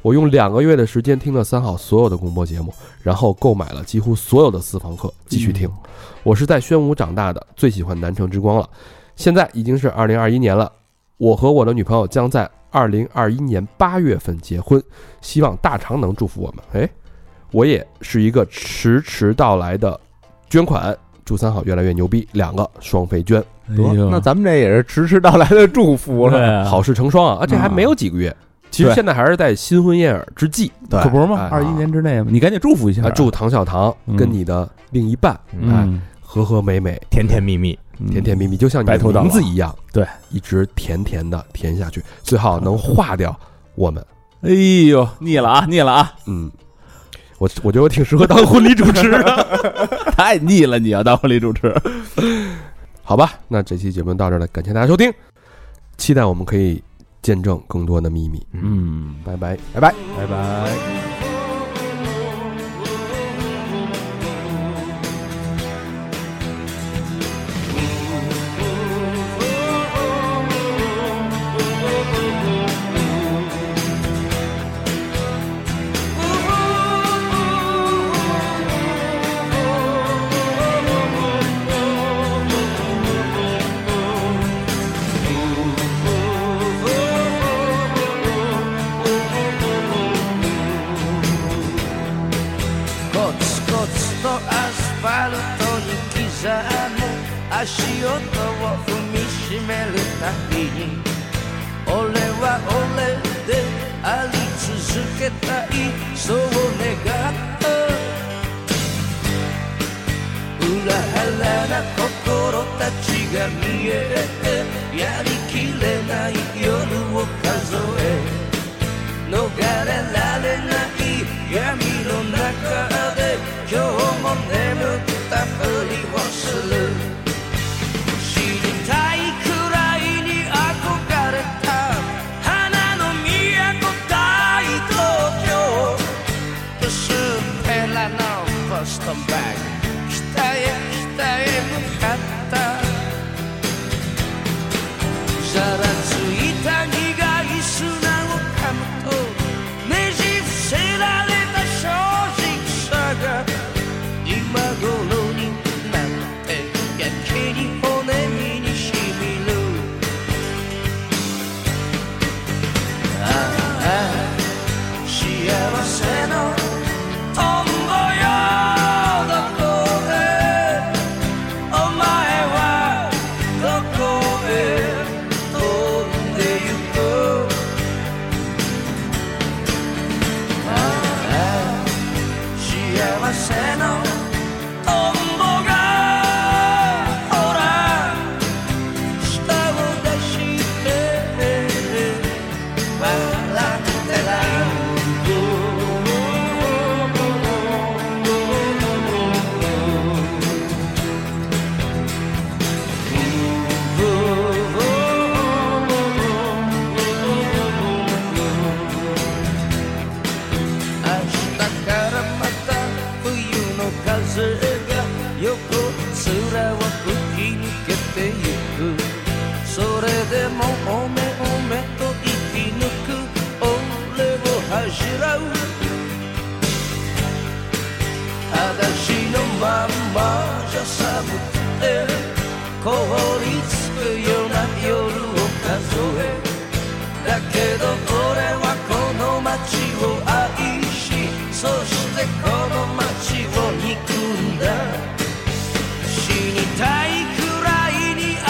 S3: 我用两个月的时间听了三好所有的广播节目，然后购买了几乎所有的私房课继续听，
S2: 嗯
S3: 我是在宣武长大的，最喜欢南城之光了，现在已经是二零二一年了，我和我的女朋友将在二零二一年八月份结婚，希望大肠能祝福我们，哎。我也是一个迟迟到来的捐款，祝三好越来越牛逼，两个双飞捐，
S5: 哎呦
S2: 那咱们这也是迟迟到来的祝福
S4: 对
S2: 了，
S4: 啊，
S3: 好事成双啊！啊，这还没有几个月，其实
S2: 对
S3: 现在还是在新婚燕尔之际，
S2: 对
S5: 可不是吗
S3: 哎？
S5: 二
S8: 啊
S5: 一年之内嘛，你赶紧祝福一下
S3: 啊，，祝唐小唐
S5: 嗯
S3: 跟你的另一半
S8: 啊
S3: 啊
S2: 哎
S5: 嗯，
S3: 和和美美、
S2: 甜甜蜜蜜，
S3: 甜甜蜜蜜，就像你
S5: 白头
S3: 的
S5: 到
S3: 名字
S5: 老
S3: 一样，
S5: 对，
S3: 一直甜甜的甜下去，最好能化掉我们。
S5: 哎呦，
S8: 腻了啊，腻了 啊，
S3: 嗯，我我觉得我挺适合当 婚礼主持的。
S8: 太腻了！你要当婚礼主持，
S3: 好吧，那这期节目到这儿了，感谢大家收听，期待我们可以见证更多的秘密。
S5: 嗯，
S3: 拜拜。
S2: 拜拜。
S5: 拜拜。
S9: コツコツとアスファルトに刻む足音を踏みしめるたびに俺は俺であり続けたいそう願った裏腹な心たちが見えてやりきれない夜を数え逃れられない闇の中で今日も眠ったふりをする知りたいくらいに憧れた花の都大東京薄っぺらのボストンバッグ北へ北へ向かったざらついた苦い砂を噛むとねじ伏せられた正直さが今頃になってやけに骨身にしみるああ幸せのトンボよどこへ「お前はどこへ飛んでゆく」「ああ幸せのトンボがほら舌を出して笑ってら」明日からまた冬の風が横面を吹き抜けてゆくそれでもおめおめと生き抜く俺を恥じらう裸足のまんまじゃ寒くて凍りつくような夜を数えだけど俺はこの街を愛しそしてこの街を憎んだ死にたいくらいに憧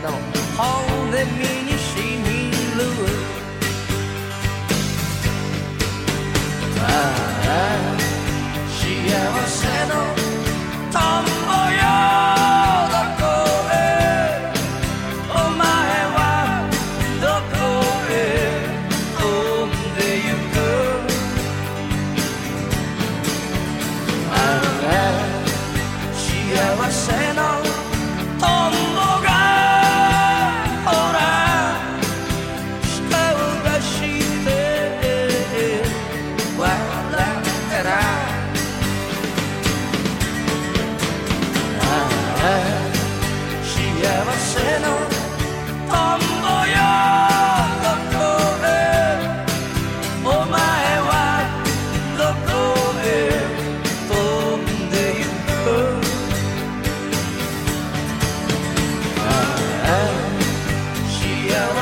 S9: れ身にしみるああ幸せの田んぼよどこへお前はどこへ飛んでゆくああ幸せのトンボがほら舌を出して笑ったらああ幸せのトンボよどこへお前はどこへ飛んでゆく幸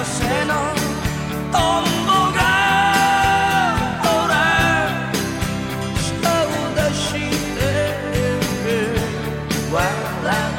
S9: せのトンボがほら舌を出して笑った